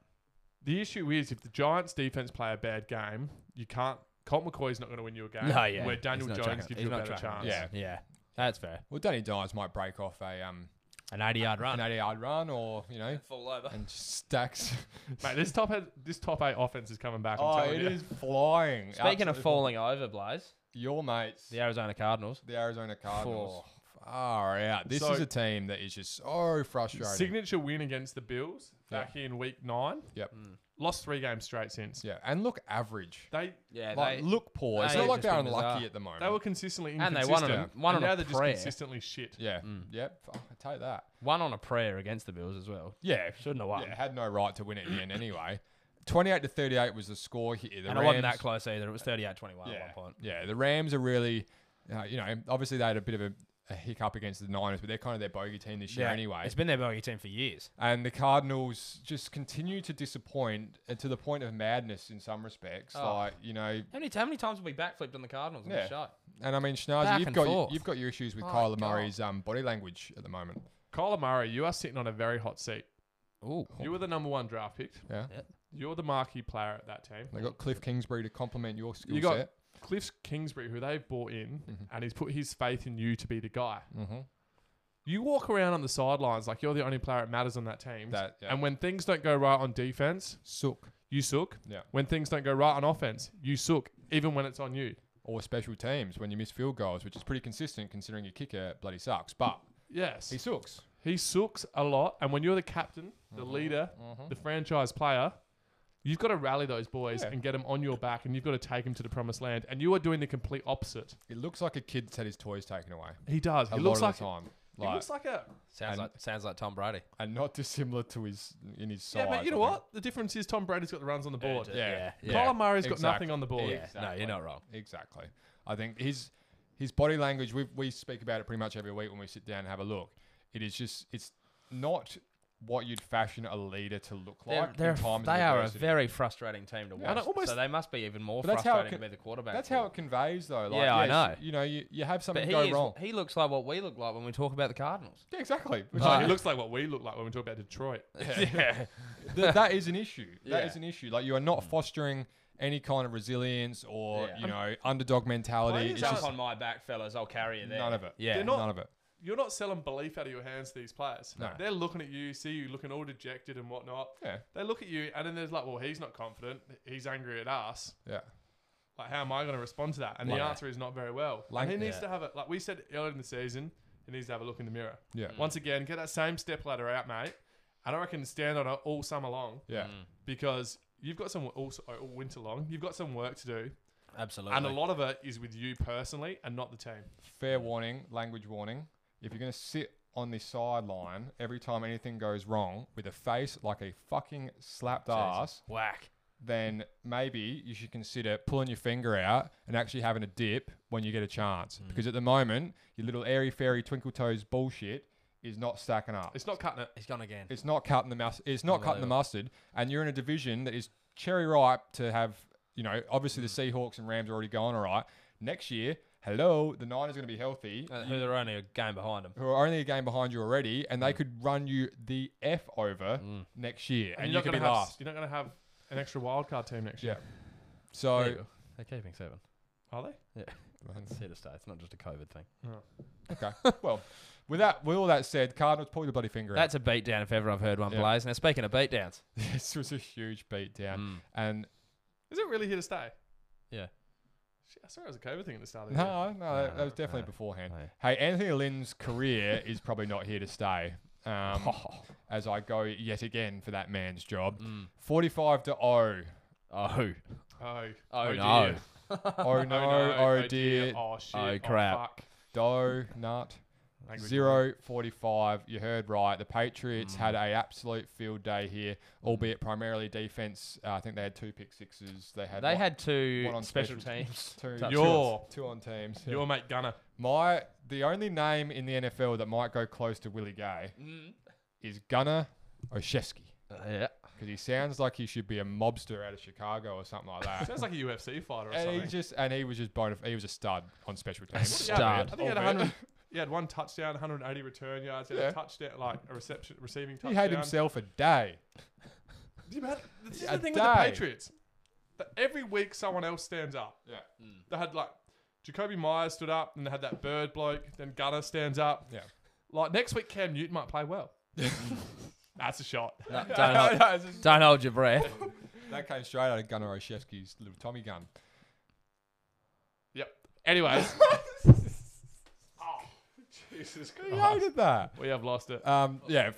[SPEAKER 3] The issue is if the Giants' defense play a bad game, you can't. Colt McCoy's not going to win you a game.
[SPEAKER 2] No, yeah.
[SPEAKER 3] Where
[SPEAKER 2] He's
[SPEAKER 3] Daniel
[SPEAKER 2] not
[SPEAKER 3] Jones
[SPEAKER 2] tracking-
[SPEAKER 3] gives
[SPEAKER 2] he's
[SPEAKER 3] you a
[SPEAKER 2] not
[SPEAKER 3] better
[SPEAKER 2] tracking
[SPEAKER 3] chance.
[SPEAKER 2] us.
[SPEAKER 1] Yeah.
[SPEAKER 2] Yeah, that's fair.
[SPEAKER 1] Well, Danny Dimes might break off a um
[SPEAKER 2] An 80 yard
[SPEAKER 1] an
[SPEAKER 2] run.
[SPEAKER 1] 80 yard run, or you know,
[SPEAKER 2] Fall over.
[SPEAKER 1] and just stacks.
[SPEAKER 3] Mate, this top head, this top eight offense is coming back. I'm
[SPEAKER 1] oh,
[SPEAKER 3] telling
[SPEAKER 1] it
[SPEAKER 3] you.
[SPEAKER 1] is flying.
[SPEAKER 2] Speaking of
[SPEAKER 1] Absolutely-
[SPEAKER 2] falling over, Blaze,
[SPEAKER 1] your mates,
[SPEAKER 2] the Arizona Cardinals.
[SPEAKER 1] the Arizona Cardinals. Far out. This is
[SPEAKER 3] So-
[SPEAKER 1] a team that is just so frustrating.
[SPEAKER 3] Signature win against the Bills back in week nine.
[SPEAKER 1] Yep.
[SPEAKER 2] Mm.
[SPEAKER 3] Lost three games straight since.
[SPEAKER 1] yeah, and look average.
[SPEAKER 3] They
[SPEAKER 2] Yeah,
[SPEAKER 1] like look poor. It's
[SPEAKER 2] they
[SPEAKER 1] not
[SPEAKER 2] have
[SPEAKER 1] like
[SPEAKER 2] just
[SPEAKER 1] they're
[SPEAKER 2] been bizarre.
[SPEAKER 1] unlucky at the moment.
[SPEAKER 3] they were consistently
[SPEAKER 2] Mm. And they
[SPEAKER 3] inconsistent.
[SPEAKER 2] won on a- won
[SPEAKER 3] and
[SPEAKER 2] on a
[SPEAKER 3] now they're
[SPEAKER 2] prayer.
[SPEAKER 3] just consistently shit.
[SPEAKER 1] yeah,
[SPEAKER 2] Hmm.
[SPEAKER 1] yep. Fuck, I take that.
[SPEAKER 2] one on a prayer against the Bills as well.
[SPEAKER 1] Yeah,
[SPEAKER 2] Shouldn't have won.
[SPEAKER 1] yeah, had no right to win it in the end anyway. Twenty-eight to thirty-eight was the score here. The
[SPEAKER 2] and it wasn't
[SPEAKER 1] Rams-
[SPEAKER 2] that close either. It was 38 21
[SPEAKER 1] yeah.
[SPEAKER 2] at one point.
[SPEAKER 1] Yeah, the Rams are really, uh, you know, obviously they had a bit of a, a hiccup against the Niners, but they're kind of their bogey team this year anyway.
[SPEAKER 2] It's been their bogey team for years.
[SPEAKER 1] And the Cardinals just continue to disappoint uh, to the point of madness in some respects.
[SPEAKER 2] Oh.
[SPEAKER 1] Like you know,
[SPEAKER 2] How many, how many times have we backflipped on the Cardinals on
[SPEAKER 1] Yeah.
[SPEAKER 2] the show?
[SPEAKER 1] and I mean, Schnaz,
[SPEAKER 2] Back
[SPEAKER 1] you've
[SPEAKER 2] and
[SPEAKER 1] got
[SPEAKER 2] forth.
[SPEAKER 1] you've got your issues with
[SPEAKER 2] Oh,
[SPEAKER 1] Kyler
[SPEAKER 2] God.
[SPEAKER 1] Murray's um, body language at the moment.
[SPEAKER 3] Kyler Murray, you are sitting on a very hot seat.
[SPEAKER 2] Ooh.
[SPEAKER 3] You were the number one draft pick.
[SPEAKER 1] Yeah,
[SPEAKER 3] You're the marquee player at that team.
[SPEAKER 1] they got Cliff Kingsbury to complement your skill
[SPEAKER 3] You got-
[SPEAKER 1] set.
[SPEAKER 3] Cliff Kingsbury, who they've bought in, and he's put his faith in you to be the guy.
[SPEAKER 1] Mm-hmm.
[SPEAKER 3] You walk around on the sidelines like you're the only player that matters on that team.
[SPEAKER 1] That yeah.
[SPEAKER 3] And when things don't go right on defense,
[SPEAKER 1] sook
[SPEAKER 3] you sook.
[SPEAKER 1] Yeah.
[SPEAKER 3] When things don't go right on offense, you sook, even when it's on you.
[SPEAKER 1] or special teams when you miss field goals, which is pretty consistent considering your kicker bloody sucks, but
[SPEAKER 3] Yes.
[SPEAKER 1] he sooks.
[SPEAKER 3] He sooks a lot, and when you're the captain, the
[SPEAKER 1] Mm-hmm.
[SPEAKER 3] leader, the franchise player, you've got to rally those boys
[SPEAKER 1] Yeah.
[SPEAKER 3] and get them on your back, and you've got to take them to the promised land. And you are doing the complete opposite.
[SPEAKER 1] It looks like a kid that's had his toys taken away.
[SPEAKER 3] He does.
[SPEAKER 1] a
[SPEAKER 3] He looks
[SPEAKER 1] lot
[SPEAKER 3] like
[SPEAKER 1] of the time.
[SPEAKER 3] he
[SPEAKER 1] Like,
[SPEAKER 3] looks like a.
[SPEAKER 2] Sounds
[SPEAKER 1] And-
[SPEAKER 2] like sounds like Tom Brady.
[SPEAKER 1] and not dissimilar to his in his size.
[SPEAKER 3] yeah, but you know
[SPEAKER 1] I think.
[SPEAKER 3] what? The difference is Tom Brady's got the runs on the board.
[SPEAKER 1] Yeah.
[SPEAKER 2] yeah.
[SPEAKER 3] Kyler Murray's got
[SPEAKER 1] Exactly.
[SPEAKER 3] nothing on the board.
[SPEAKER 1] Yeah.
[SPEAKER 2] No,
[SPEAKER 1] Exactly.
[SPEAKER 2] you're not wrong.
[SPEAKER 1] Exactly. I think his his body language. We we speak about it pretty much every week when we sit down and have a look. It is just it's not what you'd fashion a leader to look
[SPEAKER 2] They're,
[SPEAKER 1] like.
[SPEAKER 2] they're,
[SPEAKER 1] in times of
[SPEAKER 2] they are a
[SPEAKER 1] adversity.
[SPEAKER 2] very frustrating team to
[SPEAKER 1] Yeah.
[SPEAKER 2] watch.
[SPEAKER 1] And
[SPEAKER 3] I almost-
[SPEAKER 2] so they must be even more
[SPEAKER 1] But that's how it
[SPEAKER 2] frustrating to
[SPEAKER 1] can-
[SPEAKER 2] be the quarterback.
[SPEAKER 1] That's
[SPEAKER 2] for.
[SPEAKER 1] how it conveys though. Like,
[SPEAKER 2] Yeah, I
[SPEAKER 1] yes,
[SPEAKER 2] know.
[SPEAKER 1] You know, you, you have
[SPEAKER 2] But
[SPEAKER 1] something
[SPEAKER 2] he,
[SPEAKER 1] go
[SPEAKER 2] is,
[SPEAKER 1] wrong.
[SPEAKER 2] he looks like what we look like when we talk about the Cardinals.
[SPEAKER 1] Yeah, exactly. Which
[SPEAKER 3] Like,
[SPEAKER 1] is-
[SPEAKER 3] it looks like what we look like when we talk about Detroit.
[SPEAKER 2] yeah.
[SPEAKER 1] th- that is an issue. That
[SPEAKER 2] Yeah. Hmm.
[SPEAKER 1] is an issue. Like you are not fostering any kind of resilience or
[SPEAKER 2] Yeah.
[SPEAKER 1] you know underdog mentality.
[SPEAKER 3] Players
[SPEAKER 1] It's
[SPEAKER 3] aren't
[SPEAKER 1] just
[SPEAKER 2] Jump on my back, fellas. I'll carry you there.
[SPEAKER 1] none of it.
[SPEAKER 2] Yeah.
[SPEAKER 3] They're not-
[SPEAKER 1] None of it.
[SPEAKER 3] You're not selling belief out of your hands to these players.
[SPEAKER 1] No.
[SPEAKER 3] They're looking at you, see you looking all dejected and whatnot.
[SPEAKER 1] Yeah.
[SPEAKER 3] They look at you, and then there's like, well, he's not confident. He's angry at us.
[SPEAKER 1] Yeah.
[SPEAKER 3] like how am I going to respond to that? And the
[SPEAKER 2] Yeah.
[SPEAKER 3] answer is not very well.
[SPEAKER 1] Like-
[SPEAKER 3] and he needs
[SPEAKER 2] Yeah.
[SPEAKER 3] to have a like we said earlier in the season, he needs to have a look in the mirror.
[SPEAKER 2] Hmm.
[SPEAKER 1] Yeah.
[SPEAKER 3] Once again, get that same step ladder out, mate. And I reckon stand on it all summer long
[SPEAKER 2] Hmm.
[SPEAKER 1] Yeah.
[SPEAKER 2] Mm.
[SPEAKER 3] because you've got some all, all winter long. You've got some work to do,
[SPEAKER 2] Absolutely.
[SPEAKER 3] and a lot of it is with you personally and not the team.
[SPEAKER 1] fair warning, language warning. If you're going to sit on the sideline every time anything goes wrong with a face like a fucking slapped ass,
[SPEAKER 2] Whack.
[SPEAKER 1] then maybe you should consider pulling your finger out and actually having a dip when you get a chance. Because at the moment, your little airy fairy twinkle toes bullshit is not stacking up. It's,
[SPEAKER 3] It's not cutting it.
[SPEAKER 2] He's gone again.
[SPEAKER 1] not cutting the mus- It's not cutting the mustard, and you're in a division that is cherry ripe to have. You know, obviously the Seahawks and Rams are already going all right. Next year, hello, the Niners are going to be healthy
[SPEAKER 2] Uh, who they're only a game behind him.
[SPEAKER 1] who are only a game behind you already, and they could run you the f over next year, and, you
[SPEAKER 3] you're
[SPEAKER 1] could
[SPEAKER 3] not
[SPEAKER 1] be
[SPEAKER 3] gonna have,
[SPEAKER 1] last.
[SPEAKER 3] You're not going to have an extra wildcard team next
[SPEAKER 1] Yeah.
[SPEAKER 3] year,
[SPEAKER 1] So
[SPEAKER 2] They're keeping seven.
[SPEAKER 3] are they?
[SPEAKER 2] It's here to stay. It's not just a COVID thing.
[SPEAKER 1] okay, well, with that, with all that said, Cardinals pull your bloody finger
[SPEAKER 2] That's a beatdown if ever I've heard one,
[SPEAKER 1] Yeah.
[SPEAKER 2] Blaze. Now, speaking of
[SPEAKER 1] out.
[SPEAKER 2] beatdowns,
[SPEAKER 1] this was a huge beatdown,
[SPEAKER 2] Mm.
[SPEAKER 1] and
[SPEAKER 3] Is it really here to stay?
[SPEAKER 2] Yeah.
[SPEAKER 3] Shit, I swear it was a COVID thing at the start of the year.
[SPEAKER 1] no, no, that, that was definitely
[SPEAKER 2] no,
[SPEAKER 1] beforehand.
[SPEAKER 2] no.
[SPEAKER 1] Hey, Anthony Lynn's career is probably not here to stay. Um, as I go yet again for that man's job,
[SPEAKER 2] Mm.
[SPEAKER 1] forty-five to zero.
[SPEAKER 2] oh,
[SPEAKER 3] Oh,
[SPEAKER 2] oh,
[SPEAKER 3] dear.
[SPEAKER 2] no.
[SPEAKER 1] Oh no! Oh, dear!
[SPEAKER 3] Oh shit!
[SPEAKER 2] Oh, crap.
[SPEAKER 3] fuck.
[SPEAKER 1] Doe Nut.
[SPEAKER 3] Language
[SPEAKER 1] Zero forty-five. You heard right. The Patriots had a absolute field day here, albeit primarily defense. Uh, I think they had two pick sixes. They had
[SPEAKER 2] They
[SPEAKER 1] one-
[SPEAKER 2] had two
[SPEAKER 1] one on
[SPEAKER 2] special
[SPEAKER 1] special
[SPEAKER 2] teams.
[SPEAKER 1] two,
[SPEAKER 2] touchdowns.
[SPEAKER 3] Your-
[SPEAKER 1] two on teams. yeah.
[SPEAKER 3] Your mate Gunner.
[SPEAKER 1] My the only name in the NFL that might go close to Willie Gay is Gunnar Oshesky
[SPEAKER 2] yeah.
[SPEAKER 1] because he sounds like he should be a mobster out of Chicago or something like that.
[SPEAKER 3] Sounds like a UFC fighter or
[SPEAKER 1] and he
[SPEAKER 3] something.
[SPEAKER 1] just and he was just bona he was a stud on special
[SPEAKER 3] What
[SPEAKER 1] teams.
[SPEAKER 3] did he have,
[SPEAKER 2] stud.
[SPEAKER 3] man? I think he had,
[SPEAKER 1] Oh,
[SPEAKER 3] 100, he had one touchdown, 180 return yards. He had
[SPEAKER 1] Yeah.
[SPEAKER 3] a touchdown, like a reception, receiving
[SPEAKER 1] he
[SPEAKER 3] touchdown.
[SPEAKER 1] had himself a day.
[SPEAKER 3] Yeah, but This is
[SPEAKER 1] A
[SPEAKER 3] the thing with the
[SPEAKER 1] day.
[SPEAKER 3] Patriots. That every week someone else stands up.
[SPEAKER 1] Yeah.
[SPEAKER 3] They had like Jacoby Myers stood up, and they had that bird bloke. Then Gunner stands up.
[SPEAKER 1] Yeah.
[SPEAKER 3] Like next week, Cam Newton might play well. That's a shot.
[SPEAKER 2] No, don't, hold, don't hold your breath.
[SPEAKER 1] That came straight out of Gunnar Oshesky's little Tommy gun.
[SPEAKER 3] Yep. Anyways. oh, Jesus
[SPEAKER 1] He
[SPEAKER 3] Christ.
[SPEAKER 1] hated that.
[SPEAKER 3] We have lost it.
[SPEAKER 1] Um, yeah,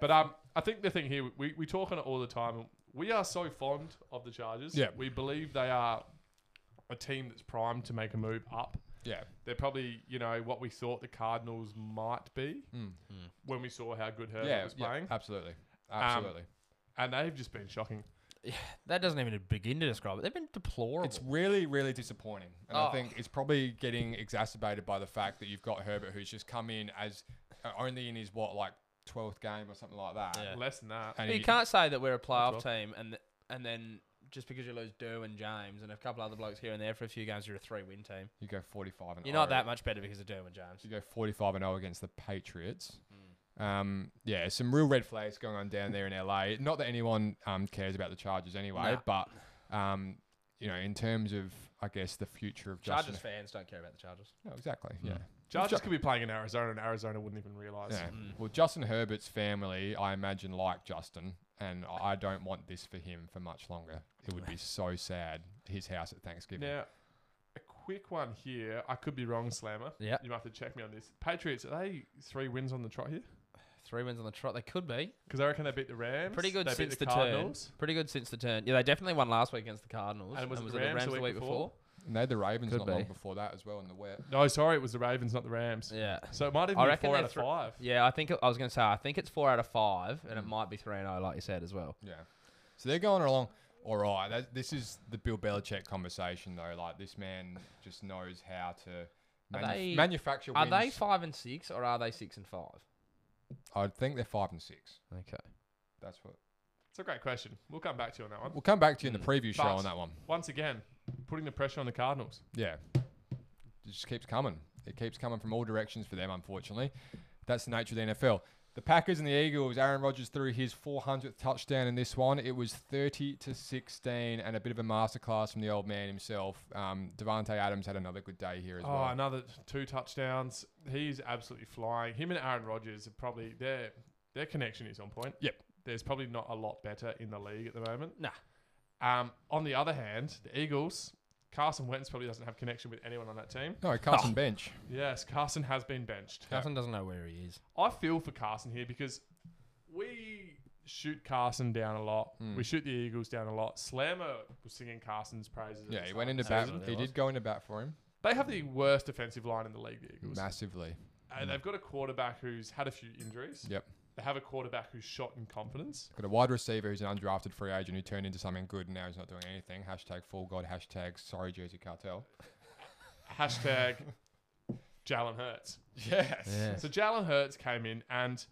[SPEAKER 3] But um, I think the thing here, we, we talk on it all the time. and We are so fond of the Chargers.
[SPEAKER 1] Yeah.
[SPEAKER 3] We believe they are a team that's primed to make a move up.
[SPEAKER 1] yeah,
[SPEAKER 3] They're probably, you know, what we thought the Cardinals might be
[SPEAKER 1] Mm.
[SPEAKER 3] when we saw how
[SPEAKER 2] Uh,
[SPEAKER 3] good Herbert
[SPEAKER 1] yeah,
[SPEAKER 3] was
[SPEAKER 1] yeah,
[SPEAKER 3] playing.
[SPEAKER 1] absolutely,
[SPEAKER 2] Um,
[SPEAKER 1] absolutely.
[SPEAKER 3] and they've just been shocking.
[SPEAKER 2] That doesn't even begin to describe it. They've been deplorable.
[SPEAKER 1] It's really, really disappointing. And
[SPEAKER 2] Oh.
[SPEAKER 1] I think it's probably getting exacerbated by the fact that you've got Herbert, who's just come in as uh, only in his, what, like 12th game or something like that.
[SPEAKER 2] Yeah.
[SPEAKER 3] Less than that.
[SPEAKER 1] And
[SPEAKER 2] you
[SPEAKER 1] he-
[SPEAKER 2] can't say that we're a playoff
[SPEAKER 3] That's
[SPEAKER 2] team and th- and then just because you lose Derwin James and a couple other blokes here and there for a few games, you're a three-win team.
[SPEAKER 1] You go 45 and
[SPEAKER 2] You're not
[SPEAKER 1] 0.
[SPEAKER 2] that much better because of Derwin James.
[SPEAKER 1] You go 45 and 0 against the Patriots. Um, yeah, some real red flags going on down there in LA. Not that anyone um, cares about the Chargers anyway, but, um, you know, in terms of, I guess, the future of Justin.
[SPEAKER 2] Chargers fans don't care about the Chargers.
[SPEAKER 1] No, exactly. Yeah.
[SPEAKER 2] Hmm.
[SPEAKER 3] Chargers could be playing in Arizona, and Arizona wouldn't even realize.
[SPEAKER 1] Yeah.
[SPEAKER 2] Mm.
[SPEAKER 1] Well, Justin Herbert's family, I imagine, like Justin, and I don't want this for him for much longer. It would be so sad. His house at Thanksgiving.
[SPEAKER 3] Now, a quick one here. I could be wrong, Slammer.
[SPEAKER 2] Yeah.
[SPEAKER 3] You might have to check me on this. Patriots, are they three wins on the trot here?
[SPEAKER 2] Three wins on the trot. They could be
[SPEAKER 3] Because I reckon they beat the Rams.
[SPEAKER 2] pretty good
[SPEAKER 3] they
[SPEAKER 2] since
[SPEAKER 3] beat the,
[SPEAKER 2] the, turn.
[SPEAKER 3] Cardinals.
[SPEAKER 2] Pretty good since the turn. Yeah, they definitely won last week against the Cardinals.
[SPEAKER 3] And was it the Rams the week before?
[SPEAKER 1] And they had the Ravens
[SPEAKER 2] Could
[SPEAKER 1] not long
[SPEAKER 2] be.
[SPEAKER 1] before that as well in the wet.
[SPEAKER 3] No, sorry, it was the Ravens, not the Rams.
[SPEAKER 2] Yeah.
[SPEAKER 3] So it might even
[SPEAKER 2] I
[SPEAKER 3] be
[SPEAKER 2] reckon
[SPEAKER 3] four
[SPEAKER 2] they're
[SPEAKER 3] out of
[SPEAKER 2] thr-
[SPEAKER 3] five.
[SPEAKER 2] Yeah, I think it, I was going to say I think it's four out of five, and it
[SPEAKER 3] Mm.
[SPEAKER 2] might be three and zero, like you said as well.
[SPEAKER 1] Yeah. So they're going along. All right. That, this is the Bill Belichick conversation, though. Like this man just knows how to
[SPEAKER 2] Are
[SPEAKER 1] manuf-
[SPEAKER 2] they-
[SPEAKER 1] manufacture
[SPEAKER 2] Are
[SPEAKER 1] wins.
[SPEAKER 2] they five and six, or are they six and five?
[SPEAKER 1] I think they're five and six.
[SPEAKER 2] Okay.
[SPEAKER 1] That's what.
[SPEAKER 3] It's a great question. We'll come back to you on that one.
[SPEAKER 1] We'll come back to you in the
[SPEAKER 2] Mm.
[SPEAKER 1] preview show
[SPEAKER 3] But-
[SPEAKER 1] on that one.
[SPEAKER 3] Once again, putting the pressure on the Cardinals.
[SPEAKER 1] Yeah. It just keeps coming. It keeps coming from all directions for them, unfortunately. That's the nature of the NFL. The Packers and the Eagles, Aaron Rodgers threw his 400th touchdown in this one. It was 30 to 16 and a bit of a masterclass from the old man himself. Um, Devontae Adams had another good day here as
[SPEAKER 3] oh,
[SPEAKER 1] well.
[SPEAKER 3] another two touchdowns. He's absolutely flying. Him and Aaron Rodgers are probably their their connection is on point.
[SPEAKER 1] Yep.
[SPEAKER 3] There's probably not a lot better in the league at the moment.
[SPEAKER 2] Nah.
[SPEAKER 3] Um, on the other hand, the Eagles, Carson Wentz probably doesn't have connection with anyone on that team.
[SPEAKER 1] No, Carson Bench.
[SPEAKER 3] Yes, Carson has been benched.
[SPEAKER 2] Carson doesn't know where he is.
[SPEAKER 3] I feel for Carson here because we shoot Carson down a lot.
[SPEAKER 1] Hmm.
[SPEAKER 3] We shoot the Eagles down a lot. Slammer was singing Carson's praises. at
[SPEAKER 1] Yeah,
[SPEAKER 3] the
[SPEAKER 1] he went
[SPEAKER 3] start
[SPEAKER 1] into
[SPEAKER 3] of the
[SPEAKER 1] bat.
[SPEAKER 3] season.
[SPEAKER 1] He did go into bat for him
[SPEAKER 3] They have the worst defensive line in the league, the Eagles.
[SPEAKER 1] massively.
[SPEAKER 2] Mm.
[SPEAKER 3] And they've got a quarterback who's had a few injuries.
[SPEAKER 1] Yep.
[SPEAKER 3] They have a quarterback who's shot in confidence.
[SPEAKER 1] Got a wide receiver who's an undrafted free agent who turned into something good and now he's not doing anything. Hashtag full god. Hashtag sorry Jersey Cartel.
[SPEAKER 3] Hashtag Jalen Hurts.
[SPEAKER 1] Yes.
[SPEAKER 2] Yeah.
[SPEAKER 3] So Jalen Hurts came in and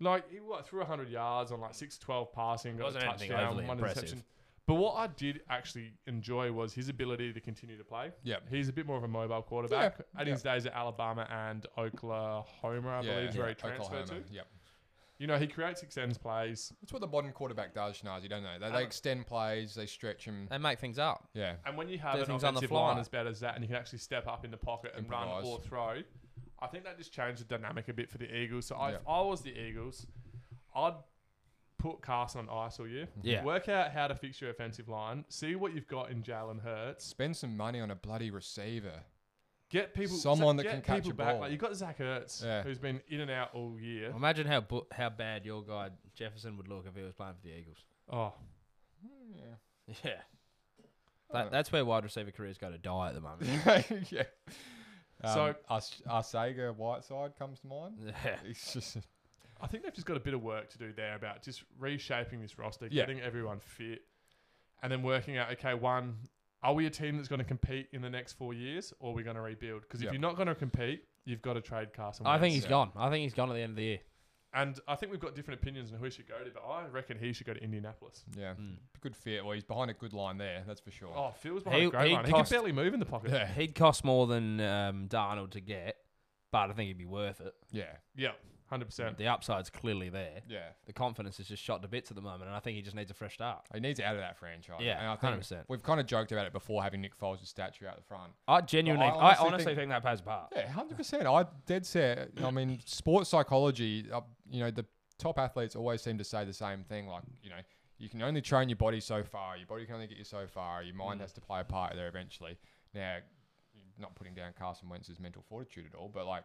[SPEAKER 3] like he what, threw 100 yards on like 6 12 passing, got
[SPEAKER 2] Wasn't
[SPEAKER 3] a
[SPEAKER 2] anything
[SPEAKER 3] touchdown,
[SPEAKER 2] overly
[SPEAKER 3] one
[SPEAKER 2] impressive.
[SPEAKER 3] interception. But what I did actually enjoy was his ability to continue to play.
[SPEAKER 1] Yep.
[SPEAKER 3] He's a bit more of a mobile quarterback. At his days at Alabama and Oklahoma, I believe, is where he transferred
[SPEAKER 1] Oklahoma.
[SPEAKER 3] to.
[SPEAKER 1] Yep.
[SPEAKER 3] You know, he creates extends plays.
[SPEAKER 1] That's what the modern quarterback does, Schnaz. You don't know. They, they
[SPEAKER 3] Um,
[SPEAKER 1] extend plays, they stretch them.
[SPEAKER 2] They make things up.
[SPEAKER 1] Yeah.
[SPEAKER 3] And when you have
[SPEAKER 2] Do
[SPEAKER 3] an
[SPEAKER 2] things on the
[SPEAKER 3] offensive line
[SPEAKER 2] fly.
[SPEAKER 3] as bad as that, and you can actually step up in the pocket and run
[SPEAKER 1] Improvise.
[SPEAKER 3] or throw, I think that just changed the dynamic a bit for the Eagles. So I if
[SPEAKER 1] Yeah.
[SPEAKER 3] I was the Eagles, I'd put Carson on ice all year.
[SPEAKER 2] Yeah.
[SPEAKER 3] Work out how to fix your offensive line. See what you've got in Jalen Hurts.
[SPEAKER 1] Spend some money on a bloody receiver.
[SPEAKER 3] Get people
[SPEAKER 1] Someone
[SPEAKER 3] Zach-
[SPEAKER 1] that
[SPEAKER 3] get
[SPEAKER 1] can catch
[SPEAKER 3] people
[SPEAKER 1] a
[SPEAKER 3] back.
[SPEAKER 1] ball.
[SPEAKER 3] Like you've got Zach Hurts,
[SPEAKER 1] Yeah. Um,
[SPEAKER 3] who's been in and out all year.
[SPEAKER 2] Imagine how bu- how bad your guy Jefferson would look if he was playing for the Eagles.
[SPEAKER 3] Oh, uh,
[SPEAKER 2] Yeah. That, that's where wide receiver careers go to die at the moment.
[SPEAKER 1] yeah. Um,
[SPEAKER 3] So-
[SPEAKER 1] Ars- Arcega Whiteside comes to mind.
[SPEAKER 4] Yeah.
[SPEAKER 1] It's just
[SPEAKER 3] I think they've just got a bit of work to do there about just reshaping this roster,
[SPEAKER 1] Yeah.
[SPEAKER 3] getting everyone fit, and then working out okay, one, are we a team that's going to compete in the next four years, or are we going to rebuild? Because if
[SPEAKER 1] Yeah.
[SPEAKER 3] you're not going to compete, you've got to trade Carson.
[SPEAKER 2] I think
[SPEAKER 3] Wentz.
[SPEAKER 2] he's gone. I think he's gone at the end of the year.
[SPEAKER 3] and I think we've got different opinions on who he should go to, but I reckon he should go to Indianapolis.
[SPEAKER 1] yeah, good fit. Well, he's behind a good line there. That's for sure.
[SPEAKER 3] Oh, Phil's behind
[SPEAKER 2] He-
[SPEAKER 3] a great
[SPEAKER 2] he
[SPEAKER 3] line. He can
[SPEAKER 2] cost-
[SPEAKER 3] barely move in the pocket.
[SPEAKER 1] Yeah,
[SPEAKER 2] He'd cost more than um, Darnold to get, but I think he'd be worth it.
[SPEAKER 1] yeah,
[SPEAKER 3] Yeah, hundred percent.
[SPEAKER 2] The upside's clearly there.
[SPEAKER 1] yeah.
[SPEAKER 2] The confidence is just shot to bits at the moment, and I think he just needs a fresh start.
[SPEAKER 1] He needs out of that franchise.
[SPEAKER 2] Yeah,
[SPEAKER 1] and I think
[SPEAKER 2] 100%.
[SPEAKER 1] We've kind of joked about it before, having Nick Foles' statue out the front.
[SPEAKER 2] I genuinely,
[SPEAKER 1] Well, I
[SPEAKER 2] I honestly,
[SPEAKER 1] honestly
[SPEAKER 2] think,
[SPEAKER 1] think-
[SPEAKER 2] that plays a part.
[SPEAKER 1] Yeah, hundred percent. I dead set. I mean, sports psychology. Uh, you know, the top athletes always seem to say the same thing. Like, you know, you can only train your body so far. Your body can only get you so far. Your
[SPEAKER 3] Mm.
[SPEAKER 1] mind has to play a part there eventually. Now, not putting down Carson Wentz's mental fortitude at all, but like,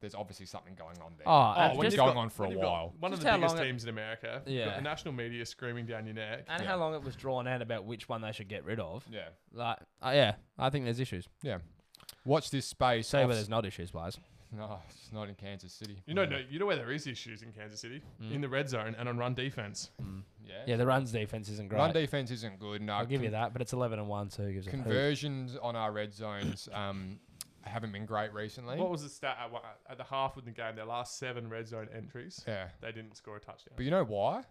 [SPEAKER 1] there's obviously something going on there.
[SPEAKER 2] Oh,
[SPEAKER 3] Oh,
[SPEAKER 2] and
[SPEAKER 3] when
[SPEAKER 1] it's
[SPEAKER 2] just,
[SPEAKER 3] you've
[SPEAKER 1] going
[SPEAKER 3] got-
[SPEAKER 1] on for
[SPEAKER 3] when
[SPEAKER 1] a
[SPEAKER 3] you've got
[SPEAKER 1] while.
[SPEAKER 3] One of
[SPEAKER 2] Just
[SPEAKER 3] the
[SPEAKER 2] how
[SPEAKER 3] biggest
[SPEAKER 2] long it-
[SPEAKER 3] teams in America. Yeah.
[SPEAKER 2] Yeah.
[SPEAKER 3] the national media screaming down your neck.
[SPEAKER 2] and
[SPEAKER 1] Yeah.
[SPEAKER 2] how long it was drawn out about which one they should get rid of.
[SPEAKER 1] Yeah,
[SPEAKER 2] Like, uh, yeah, I think there's issues.
[SPEAKER 1] yeah. Watch this space.
[SPEAKER 2] Say where
[SPEAKER 1] Off-
[SPEAKER 2] there's not issues, Blaze.
[SPEAKER 1] no, it's not in Kansas City.
[SPEAKER 3] You know, no, you know where there is issues in Kansas City
[SPEAKER 2] Hmm.
[SPEAKER 3] in the red zone and on run defense.
[SPEAKER 1] Yeah.
[SPEAKER 2] Mm, Yeah, the runs defense isn't great.
[SPEAKER 1] Run defense isn't good. No,
[SPEAKER 2] I'll give you
[SPEAKER 1] con-
[SPEAKER 2] that, but it's 11 and one, so who gives a hoot?
[SPEAKER 1] Conversions on our red zones um, haven't been great recently.
[SPEAKER 3] What was the stat at, one- at the half of the game? Their last seven red zone entries,
[SPEAKER 1] yeah.
[SPEAKER 3] they didn't score a touchdown.
[SPEAKER 1] But you know why?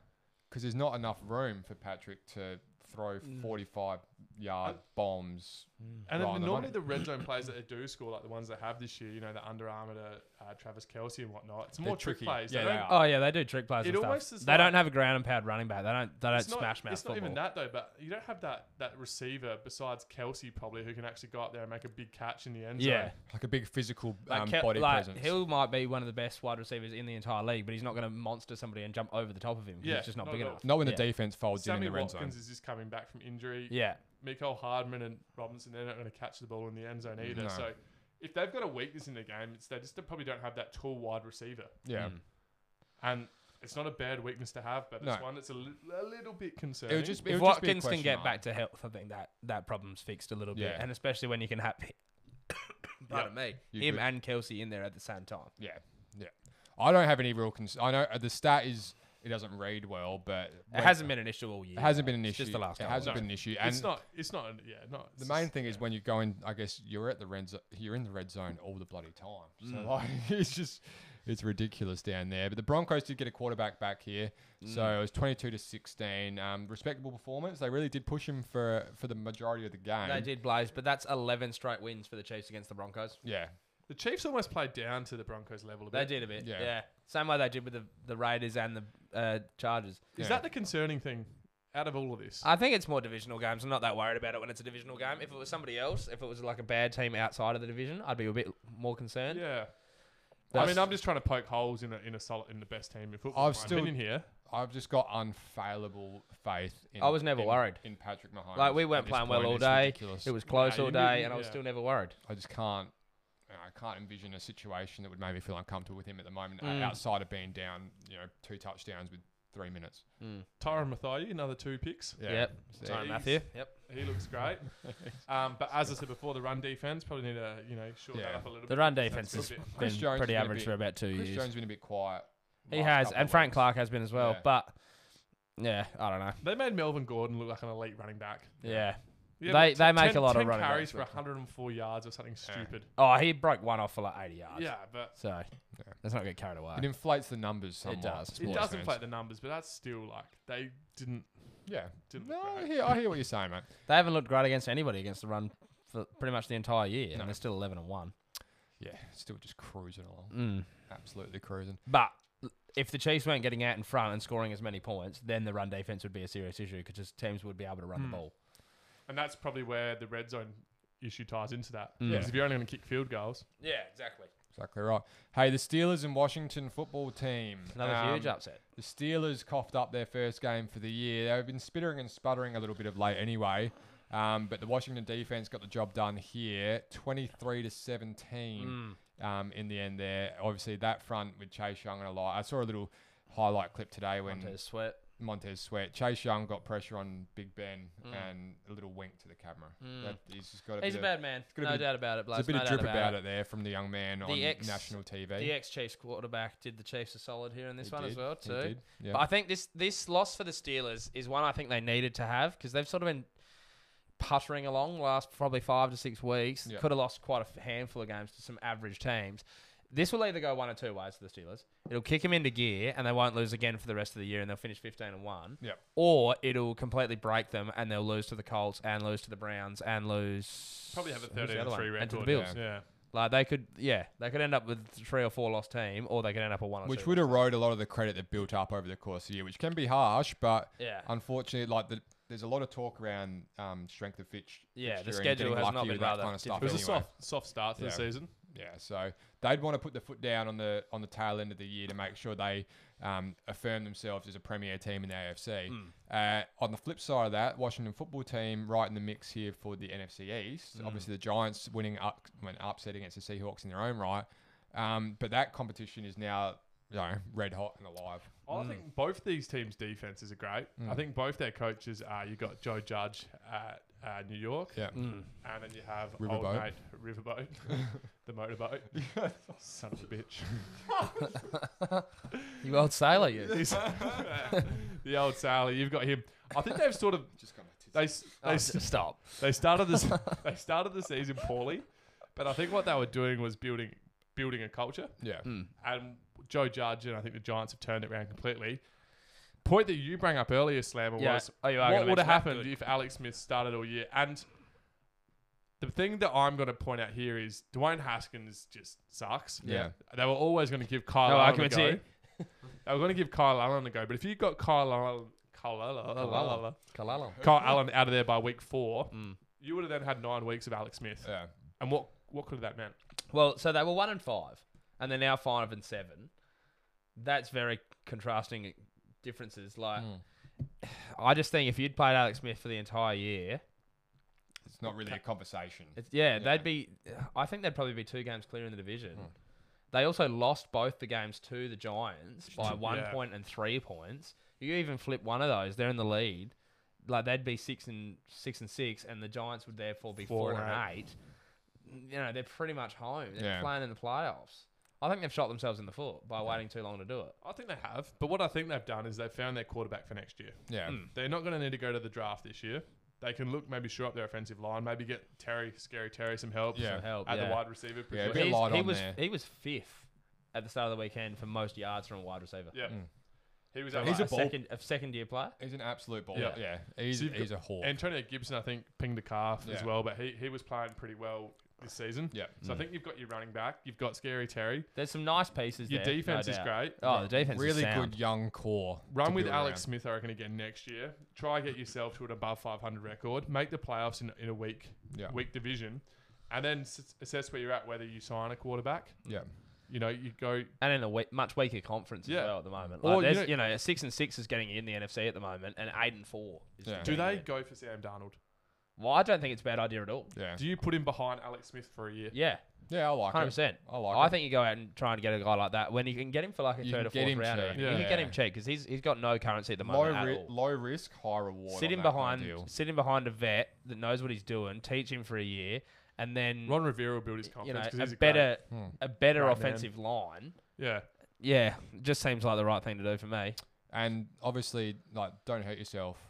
[SPEAKER 1] Because there's not enough room for Patrick to throw
[SPEAKER 2] Mm.
[SPEAKER 1] 45 yard bombs.
[SPEAKER 3] and
[SPEAKER 1] right on
[SPEAKER 3] then
[SPEAKER 1] the
[SPEAKER 3] normally
[SPEAKER 1] money.
[SPEAKER 3] the red zone players that they do score, like the ones they have this year, you know, the Under Armour to uh, Travis Kelsey and whatnot. It's
[SPEAKER 1] They're
[SPEAKER 3] more trick
[SPEAKER 1] tricky.
[SPEAKER 3] plays.
[SPEAKER 1] Yeah,
[SPEAKER 3] they
[SPEAKER 1] they
[SPEAKER 3] don't-
[SPEAKER 1] are.
[SPEAKER 2] Oh yeah, they do trick plays.
[SPEAKER 3] It
[SPEAKER 2] and stuff.
[SPEAKER 3] almost is
[SPEAKER 2] They
[SPEAKER 3] like-
[SPEAKER 2] don't have a ground and pound running back. They don't. They don't
[SPEAKER 3] it's not-
[SPEAKER 2] smash mouth
[SPEAKER 3] It's not
[SPEAKER 2] football.
[SPEAKER 3] even that though, but you don't have that that receiver besides Kelsey probably who can actually go up there and make a big catch in the end zone.
[SPEAKER 2] Yeah.
[SPEAKER 1] Like a big physical
[SPEAKER 2] Like,
[SPEAKER 1] um,
[SPEAKER 2] Kel-
[SPEAKER 1] body
[SPEAKER 2] like,
[SPEAKER 1] presence.
[SPEAKER 2] Hill might be one of the best wide receivers in the entire league, but he's not going to monster somebody and jump over the top of him. 'cause
[SPEAKER 3] Yeah,
[SPEAKER 2] he's just not,
[SPEAKER 3] not
[SPEAKER 2] big
[SPEAKER 3] at all.
[SPEAKER 2] enough.
[SPEAKER 1] Not when
[SPEAKER 2] Yeah.
[SPEAKER 1] the defense folds in in
[SPEAKER 3] Sammy
[SPEAKER 1] the red
[SPEAKER 3] Watkins
[SPEAKER 1] zone.
[SPEAKER 3] is just coming back from injury.
[SPEAKER 2] Yeah,
[SPEAKER 3] Mikael Hardman and Robinson, they're not going to catch the ball in the end zone either.
[SPEAKER 1] No.
[SPEAKER 3] So if they've got a weakness in the game, it's they just they probably don't have that tall wide receiver.
[SPEAKER 1] Yeah.
[SPEAKER 2] Mm.
[SPEAKER 3] And it's not a bad weakness to have, but it's
[SPEAKER 1] No.
[SPEAKER 3] one that's a, li- a little bit
[SPEAKER 1] It
[SPEAKER 3] concerning.
[SPEAKER 1] would just, it
[SPEAKER 2] If
[SPEAKER 1] would just be a
[SPEAKER 2] Watkins can
[SPEAKER 1] question
[SPEAKER 2] get
[SPEAKER 1] mark.
[SPEAKER 2] back to health, I think that that problem's fixed a little bit,
[SPEAKER 1] Yeah.
[SPEAKER 2] and especially when you can have pardon me,
[SPEAKER 1] You
[SPEAKER 2] him
[SPEAKER 1] could-
[SPEAKER 2] and Kelsey in there at the same time.
[SPEAKER 1] Yeah, yeah. I don't have any real concern. I know uh, the stat is it doesn't read well, but
[SPEAKER 2] It hasn't been an issue all year.
[SPEAKER 1] It hasn't been an
[SPEAKER 2] though.
[SPEAKER 1] issue.
[SPEAKER 2] It's just the last.
[SPEAKER 1] It
[SPEAKER 2] couple
[SPEAKER 1] hasn't
[SPEAKER 2] of
[SPEAKER 1] been
[SPEAKER 2] weeks.
[SPEAKER 1] an issue. And
[SPEAKER 3] it's not. It's not. Yeah. Not
[SPEAKER 1] the main thing is when you go in. I guess you're at the red. Zo- you're in the red zone all the bloody time. So
[SPEAKER 2] Mm.
[SPEAKER 1] like, it's just it's ridiculous down there. But the Broncos did get a quarterback back here, so
[SPEAKER 2] Mm.
[SPEAKER 1] it was 22 to 16. Um, respectable performance. They really did push him for for the majority of the game.
[SPEAKER 2] They did blaze, but that's eleven straight wins for the Chiefs against the Broncos.
[SPEAKER 1] Yeah,
[SPEAKER 3] the Chiefs almost played down to the Broncos level a bit.
[SPEAKER 2] They did a bit. Yeah.
[SPEAKER 1] Yeah.
[SPEAKER 2] Same way they did with the, the Raiders and the uh, Chargers.
[SPEAKER 3] Is
[SPEAKER 1] Yeah.
[SPEAKER 3] that the concerning thing out of all of this?
[SPEAKER 2] I think it's more divisional games. I'm not that worried about it when it's a divisional game. If it was somebody else, if it was like a bad team outside of the division, I'd be a bit more concerned.
[SPEAKER 3] yeah. I
[SPEAKER 2] That's-
[SPEAKER 3] mean, I'm just trying to poke holes in a in a solid in the best team in football.
[SPEAKER 1] I've
[SPEAKER 3] in my
[SPEAKER 1] still-
[SPEAKER 3] opinion here.
[SPEAKER 1] I've just got unfailable faith. in
[SPEAKER 2] I was never
[SPEAKER 1] in-
[SPEAKER 2] worried.
[SPEAKER 1] in Patrick Mahomes.
[SPEAKER 2] Like, we weren't
[SPEAKER 1] At this
[SPEAKER 2] playing well
[SPEAKER 1] point,
[SPEAKER 2] all
[SPEAKER 1] it's
[SPEAKER 2] day.
[SPEAKER 1] ridiculous.
[SPEAKER 2] It was close
[SPEAKER 3] Yeah,
[SPEAKER 2] all
[SPEAKER 3] you
[SPEAKER 2] day,
[SPEAKER 3] didn't-
[SPEAKER 2] and I was
[SPEAKER 3] yeah.
[SPEAKER 2] still never worried.
[SPEAKER 1] I just can't. you know, I can't envision a situation that would make me feel uncomfortable with him at the moment, o-
[SPEAKER 2] Mm.
[SPEAKER 1] outside of being down, you know, two touchdowns with three minutes.
[SPEAKER 3] Tyron Mathieu, another two picks.
[SPEAKER 2] Yep.
[SPEAKER 1] So-
[SPEAKER 2] Sorry,
[SPEAKER 3] Jeez.
[SPEAKER 2] Matthew. Yep.
[SPEAKER 3] He looks great. um, but as I said before, the run defense probably need to you know shore that
[SPEAKER 1] Yeah.
[SPEAKER 3] up a little bit.
[SPEAKER 2] The run
[SPEAKER 3] So it's
[SPEAKER 2] defense
[SPEAKER 3] a
[SPEAKER 2] has
[SPEAKER 3] bit-
[SPEAKER 1] Chris
[SPEAKER 2] been
[SPEAKER 1] Jones
[SPEAKER 2] pretty
[SPEAKER 1] has been a
[SPEAKER 2] average
[SPEAKER 1] bit-
[SPEAKER 2] for about two
[SPEAKER 1] Chris
[SPEAKER 2] years.
[SPEAKER 1] Jones has been a bit quiet.
[SPEAKER 2] he
[SPEAKER 1] last
[SPEAKER 2] has,
[SPEAKER 1] couple
[SPEAKER 2] and
[SPEAKER 1] of
[SPEAKER 2] Frank
[SPEAKER 1] weeks.
[SPEAKER 2] Clark has been as well.
[SPEAKER 1] Yeah.
[SPEAKER 2] But yeah, I don't know.
[SPEAKER 3] They made Melvin Gordon look like an elite running back.
[SPEAKER 2] Yeah.
[SPEAKER 3] Yeah,
[SPEAKER 2] They-
[SPEAKER 3] but
[SPEAKER 2] they
[SPEAKER 3] t-
[SPEAKER 2] make
[SPEAKER 3] 10
[SPEAKER 2] a lot of
[SPEAKER 3] 10
[SPEAKER 2] running
[SPEAKER 3] carries
[SPEAKER 2] backs,
[SPEAKER 3] for
[SPEAKER 2] don't they?
[SPEAKER 3] 104 yards or something stupid.
[SPEAKER 2] Oh, he broke one off for like 80 yards.
[SPEAKER 3] Yeah, but
[SPEAKER 2] So let's not get carried away.
[SPEAKER 1] It inflates the numbers somewhat.
[SPEAKER 2] does.
[SPEAKER 1] for
[SPEAKER 2] It
[SPEAKER 3] it
[SPEAKER 1] Spurs
[SPEAKER 3] does
[SPEAKER 1] fans.
[SPEAKER 3] inflate the numbers. But that's still like they didn't.
[SPEAKER 1] Yeah.
[SPEAKER 3] Didn't
[SPEAKER 1] no,
[SPEAKER 3] look
[SPEAKER 1] I
[SPEAKER 3] great.
[SPEAKER 1] hear, I hear what you're saying, mate.
[SPEAKER 2] They haven't looked great against anybody against the run for pretty much the entire year,
[SPEAKER 1] No.
[SPEAKER 2] and they're still eleven and one.
[SPEAKER 1] Yeah, still just cruising along.
[SPEAKER 2] Mm.
[SPEAKER 1] Absolutely cruising.
[SPEAKER 2] But if the Chiefs weren't getting out in front and scoring as many points, then the run defense would be a serious issue because teams would be able to run
[SPEAKER 1] Hmm.
[SPEAKER 2] the ball.
[SPEAKER 3] And that's probably where the red zone issue ties into that.
[SPEAKER 2] Mm.
[SPEAKER 3] Because if you're only going to kick field goals,
[SPEAKER 2] Yeah, exactly.
[SPEAKER 1] Exactly right. Hey, the Steelers and Washington football team.
[SPEAKER 2] Another
[SPEAKER 1] Um,
[SPEAKER 2] huge upset.
[SPEAKER 1] The Steelers coughed up their first game for the year. They've been spittering and sputtering a little bit of late anyway. Um, but the Washington defense got the job done here, 23 to 17
[SPEAKER 2] Mm.
[SPEAKER 1] um, in the end there. Obviously, that front with Chase Young and a lot. I saw a little highlight clip today when
[SPEAKER 2] Montez Sweat.
[SPEAKER 1] Montez Sweat. Chase Young got pressure on Big Ben
[SPEAKER 2] Mm.
[SPEAKER 1] and a little wink to the camera.
[SPEAKER 2] Mm.
[SPEAKER 1] That, he's just got a
[SPEAKER 2] He's
[SPEAKER 1] bit
[SPEAKER 2] a
[SPEAKER 1] of,
[SPEAKER 2] bad man.
[SPEAKER 1] gotta
[SPEAKER 2] No
[SPEAKER 1] be-
[SPEAKER 2] doubt about it, Blaz.
[SPEAKER 1] there's a bit
[SPEAKER 2] no
[SPEAKER 1] of
[SPEAKER 2] doubt
[SPEAKER 1] drip about, it. there from the young man on
[SPEAKER 2] ex-
[SPEAKER 1] national TV.
[SPEAKER 2] The ex Chiefs quarterback did the Chiefs a solid here in this
[SPEAKER 1] He
[SPEAKER 2] one as
[SPEAKER 1] did.
[SPEAKER 2] well,
[SPEAKER 1] He
[SPEAKER 2] too.
[SPEAKER 1] did, yeah.
[SPEAKER 2] But I think this this loss for the Steelers is one I think they needed to have because they've sort of been puttering along the last probably five to six weeks.
[SPEAKER 1] Yeah.
[SPEAKER 2] Could have lost quite a f- handful of games to some average teams. This will either go one or two ways for the Steelers. It'll kick them into gear and they won't lose again for the rest of the year and they'll finish 15 and 1.
[SPEAKER 1] Yep.
[SPEAKER 2] Or it'll completely break them and they'll lose to the Colts and lose to the Browns and lose
[SPEAKER 3] Probably have a
[SPEAKER 2] who's the
[SPEAKER 3] 13
[SPEAKER 2] other
[SPEAKER 3] and
[SPEAKER 2] one?
[SPEAKER 3] 3 record.
[SPEAKER 2] And to the Bills.
[SPEAKER 3] Yeah.
[SPEAKER 2] Like they could, yeah, they could end up with three or four lost team, or they could end up a one or
[SPEAKER 1] which
[SPEAKER 2] two.
[SPEAKER 1] would erode a lot of the credit that built up over the course of the year, which can be harsh, but
[SPEAKER 2] yeah,
[SPEAKER 1] unfortunately, like the, there's a lot of talk around um, strength of Fitch.
[SPEAKER 2] yeah. The
[SPEAKER 1] fixture and
[SPEAKER 2] schedule
[SPEAKER 1] getting
[SPEAKER 2] has not
[SPEAKER 1] lucky
[SPEAKER 2] been
[SPEAKER 1] with that
[SPEAKER 2] rather
[SPEAKER 1] kind of stuff
[SPEAKER 3] It was a
[SPEAKER 1] anyway.
[SPEAKER 3] soft, soft start to
[SPEAKER 1] Yeah.
[SPEAKER 3] the season.
[SPEAKER 1] Yeah, so they'd want to put the foot down on the on the tail end of the year to make sure they um, affirm themselves as a premier team in the AFC.
[SPEAKER 2] Hmm.
[SPEAKER 1] Uh, on the flip side of that, Washington football team right in the mix here for the NFC East.
[SPEAKER 2] Hmm.
[SPEAKER 1] Obviously, the Giants winning up when upset against the Seahawks in their own right, um, but that competition is now you know, red hot and alive.
[SPEAKER 3] I
[SPEAKER 2] Mm.
[SPEAKER 3] think both these teams' defenses are great. I think both their coaches are. You got Joe Judge at uh, New York,
[SPEAKER 1] Yeah,
[SPEAKER 2] Mm.
[SPEAKER 3] and then you have old
[SPEAKER 1] Riverboat.
[SPEAKER 3] mate Riverboat, the motorboat. Son of a bitch.
[SPEAKER 2] You old sailor, you.
[SPEAKER 3] He's- the old Sally. You've got him. I think they've sort of
[SPEAKER 1] just got my
[SPEAKER 3] they s- they
[SPEAKER 2] Oh,
[SPEAKER 3] s-
[SPEAKER 2] s- stop.
[SPEAKER 3] They started this. they started the season poorly, but I think what they were doing was building building a culture.
[SPEAKER 1] Yeah,
[SPEAKER 3] And Joe Judge and I think the Giants have turned it around completely. Point that you bring up earlier, Slammer,
[SPEAKER 2] Yeah.
[SPEAKER 3] was
[SPEAKER 2] Oh, you are
[SPEAKER 3] what
[SPEAKER 2] going
[SPEAKER 3] would
[SPEAKER 2] to
[SPEAKER 3] have happened if Alex Smith started all year? And the thing that I'm going to point out here is Dwayne Haskins just sucks.
[SPEAKER 1] Yeah.
[SPEAKER 3] They were always going to give Kyle
[SPEAKER 2] No
[SPEAKER 3] Allen a
[SPEAKER 2] arguments
[SPEAKER 3] go.
[SPEAKER 2] here.
[SPEAKER 3] They were going to give Kyle Allen a go. But if you got Kyle Allen, Kyle Allen,
[SPEAKER 2] Kalala.
[SPEAKER 3] Kyle Allen out of there by week four,
[SPEAKER 2] Mm.
[SPEAKER 3] you would have then had nine weeks of Alex Smith.
[SPEAKER 1] yeah.
[SPEAKER 3] And what what could have that meant?
[SPEAKER 2] Well, so they were one and five, and they're now five and seven. That's very contrasting differences. Like, I just think if you'd played Alex Smith for the entire year,
[SPEAKER 1] It's not really a conversation.
[SPEAKER 2] It's, yeah,
[SPEAKER 1] Yeah. Hmm.
[SPEAKER 2] they'd be. I think they'd probably be two games clear in the division. They also lost both the games to the Giants by one
[SPEAKER 3] Yeah.
[SPEAKER 2] point and three points. You even flip one of those, they're in the lead. Like they'd be six and six and six, and the Giants would therefore be four,
[SPEAKER 3] Four
[SPEAKER 2] and
[SPEAKER 3] and
[SPEAKER 2] eight. You know, they're pretty much home. They're
[SPEAKER 1] Yeah.
[SPEAKER 2] playing in the playoffs. I think they've shot themselves in the foot by waiting too long to do it.
[SPEAKER 3] I think they have. But what I think they've done is they've found their quarterback for next year.
[SPEAKER 1] Yeah,
[SPEAKER 2] Mm.
[SPEAKER 3] They're not going to need to go to the draft this year. They can look, maybe shore up their offensive line, maybe get Terry, scary Terry, some help.
[SPEAKER 1] Yeah.
[SPEAKER 2] Some help,
[SPEAKER 3] At
[SPEAKER 2] yeah.
[SPEAKER 3] the wide receiver
[SPEAKER 1] Yeah, a
[SPEAKER 3] position.
[SPEAKER 1] bit
[SPEAKER 2] He's-
[SPEAKER 1] light
[SPEAKER 2] he
[SPEAKER 1] on
[SPEAKER 2] was
[SPEAKER 1] there.
[SPEAKER 2] he was fifth at the start of the weekend for most yards from a wide receiver.
[SPEAKER 3] Yeah. He was
[SPEAKER 2] So
[SPEAKER 3] at
[SPEAKER 1] Mm. He's
[SPEAKER 2] he's
[SPEAKER 1] a
[SPEAKER 2] a
[SPEAKER 1] ball-
[SPEAKER 2] second a second year player.
[SPEAKER 1] he's an absolute ball. Yeah,
[SPEAKER 3] Yeah.
[SPEAKER 1] he's
[SPEAKER 3] So you've
[SPEAKER 1] he's a hawk.
[SPEAKER 3] Antonio Gibson, I think, pinged a calf
[SPEAKER 1] Yeah.
[SPEAKER 3] as well, but he, he was playing pretty well this season.
[SPEAKER 1] yeah, Mm.
[SPEAKER 3] So I think you've got your running back, you've got scary Terry.
[SPEAKER 2] There's some nice pieces.
[SPEAKER 3] Your
[SPEAKER 2] there, no
[SPEAKER 3] defense is
[SPEAKER 2] doubt.
[SPEAKER 3] great. Uh,
[SPEAKER 2] Oh, the defense
[SPEAKER 1] really
[SPEAKER 2] is sound.
[SPEAKER 1] good young core. to
[SPEAKER 3] Run with
[SPEAKER 1] build around.
[SPEAKER 3] Alex Smith, I reckon, again next year. Try get yourself to an above 500 record. Make the playoffs in, in a week,
[SPEAKER 1] Yeah.
[SPEAKER 3] week division, and then s- assess where you're at. Whether you sign a quarterback,
[SPEAKER 1] Yeah.
[SPEAKER 3] you know, you go.
[SPEAKER 2] and in a we- much weaker conference as
[SPEAKER 3] Yeah.
[SPEAKER 2] well at the moment.
[SPEAKER 3] Or,
[SPEAKER 2] Like,
[SPEAKER 3] you
[SPEAKER 2] there's,
[SPEAKER 3] know-
[SPEAKER 2] you, know, a six and six is getting you in the NFC at the moment, and eight and four. Is
[SPEAKER 1] Yeah.
[SPEAKER 2] yeah.
[SPEAKER 3] Do they go for Sam Darnold?
[SPEAKER 2] Well, I don't think it's a bad idea at all.
[SPEAKER 1] Yeah.
[SPEAKER 3] Do you put him behind Alex Smith for a year?
[SPEAKER 2] Yeah,
[SPEAKER 1] Yeah, I like
[SPEAKER 2] hundred
[SPEAKER 1] it.
[SPEAKER 2] percent.
[SPEAKER 1] I like
[SPEAKER 2] I
[SPEAKER 1] it.
[SPEAKER 2] think you go out and try and get a guy like that when you can get him for like a
[SPEAKER 1] You
[SPEAKER 2] third
[SPEAKER 1] can
[SPEAKER 2] or
[SPEAKER 1] get
[SPEAKER 2] fourth
[SPEAKER 1] him
[SPEAKER 2] rounder.
[SPEAKER 1] cheap.
[SPEAKER 2] You can get
[SPEAKER 1] Yeah.
[SPEAKER 2] him cheap because he's he's got no currency at the
[SPEAKER 1] low,
[SPEAKER 2] moment at
[SPEAKER 1] ri-
[SPEAKER 2] all.
[SPEAKER 1] low risk, high reward.
[SPEAKER 2] Sit
[SPEAKER 1] on
[SPEAKER 2] him
[SPEAKER 1] that kind
[SPEAKER 2] behind,
[SPEAKER 1] of deal.
[SPEAKER 2] sit him behind a vet that knows what he's doing. Teach him for a year, and then
[SPEAKER 3] Ron Rivera will build his
[SPEAKER 2] Mm. you know
[SPEAKER 3] confidence. 'cause
[SPEAKER 2] a
[SPEAKER 3] he's
[SPEAKER 2] better
[SPEAKER 1] Hmm.
[SPEAKER 2] a better
[SPEAKER 3] Right, man.
[SPEAKER 2] offensive line.
[SPEAKER 3] great. Yeah.
[SPEAKER 2] Yeah, just seems like the right thing to do for me.
[SPEAKER 1] And obviously, like, don't hurt yourself,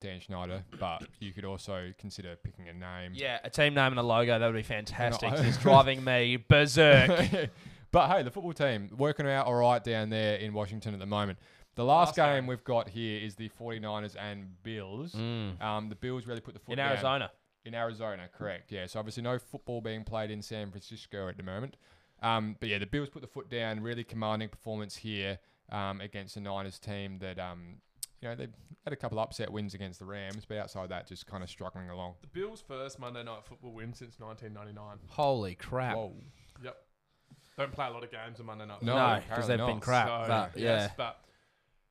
[SPEAKER 1] Dan Schneider. But you could also consider picking a name.
[SPEAKER 2] Yeah, a team name and a logo, that would be fantastic.
[SPEAKER 1] No.
[SPEAKER 2] It's driving me berserk.
[SPEAKER 1] but hey, the football team working out all right down there in Washington at the moment. The last,
[SPEAKER 3] Last
[SPEAKER 1] game,
[SPEAKER 3] game.
[SPEAKER 1] we've got here is the 49ers and
[SPEAKER 2] Mm.
[SPEAKER 1] Bills. Um, the Bills really put the foot
[SPEAKER 2] in
[SPEAKER 1] down.
[SPEAKER 2] Arizona.
[SPEAKER 1] In Arizona, correct. Yeah. So obviously no football being played in San Francisco at the moment. Um, but yeah, the Bills put the foot down. Really commanding performance here um, against the Niners team that um, you know they had a couple upset wins against the Rams, but outside that, just kind of struggling along.
[SPEAKER 3] The Bills' first Monday night football win since 1999.
[SPEAKER 2] Holy crap.
[SPEAKER 1] Whoa.
[SPEAKER 3] Yep. Don't play a lot of games on Monday night.
[SPEAKER 1] No,
[SPEAKER 2] No, because
[SPEAKER 1] apparently
[SPEAKER 2] they've been
[SPEAKER 1] not.
[SPEAKER 2] crap.
[SPEAKER 3] So,
[SPEAKER 2] but, yeah.
[SPEAKER 3] yes, but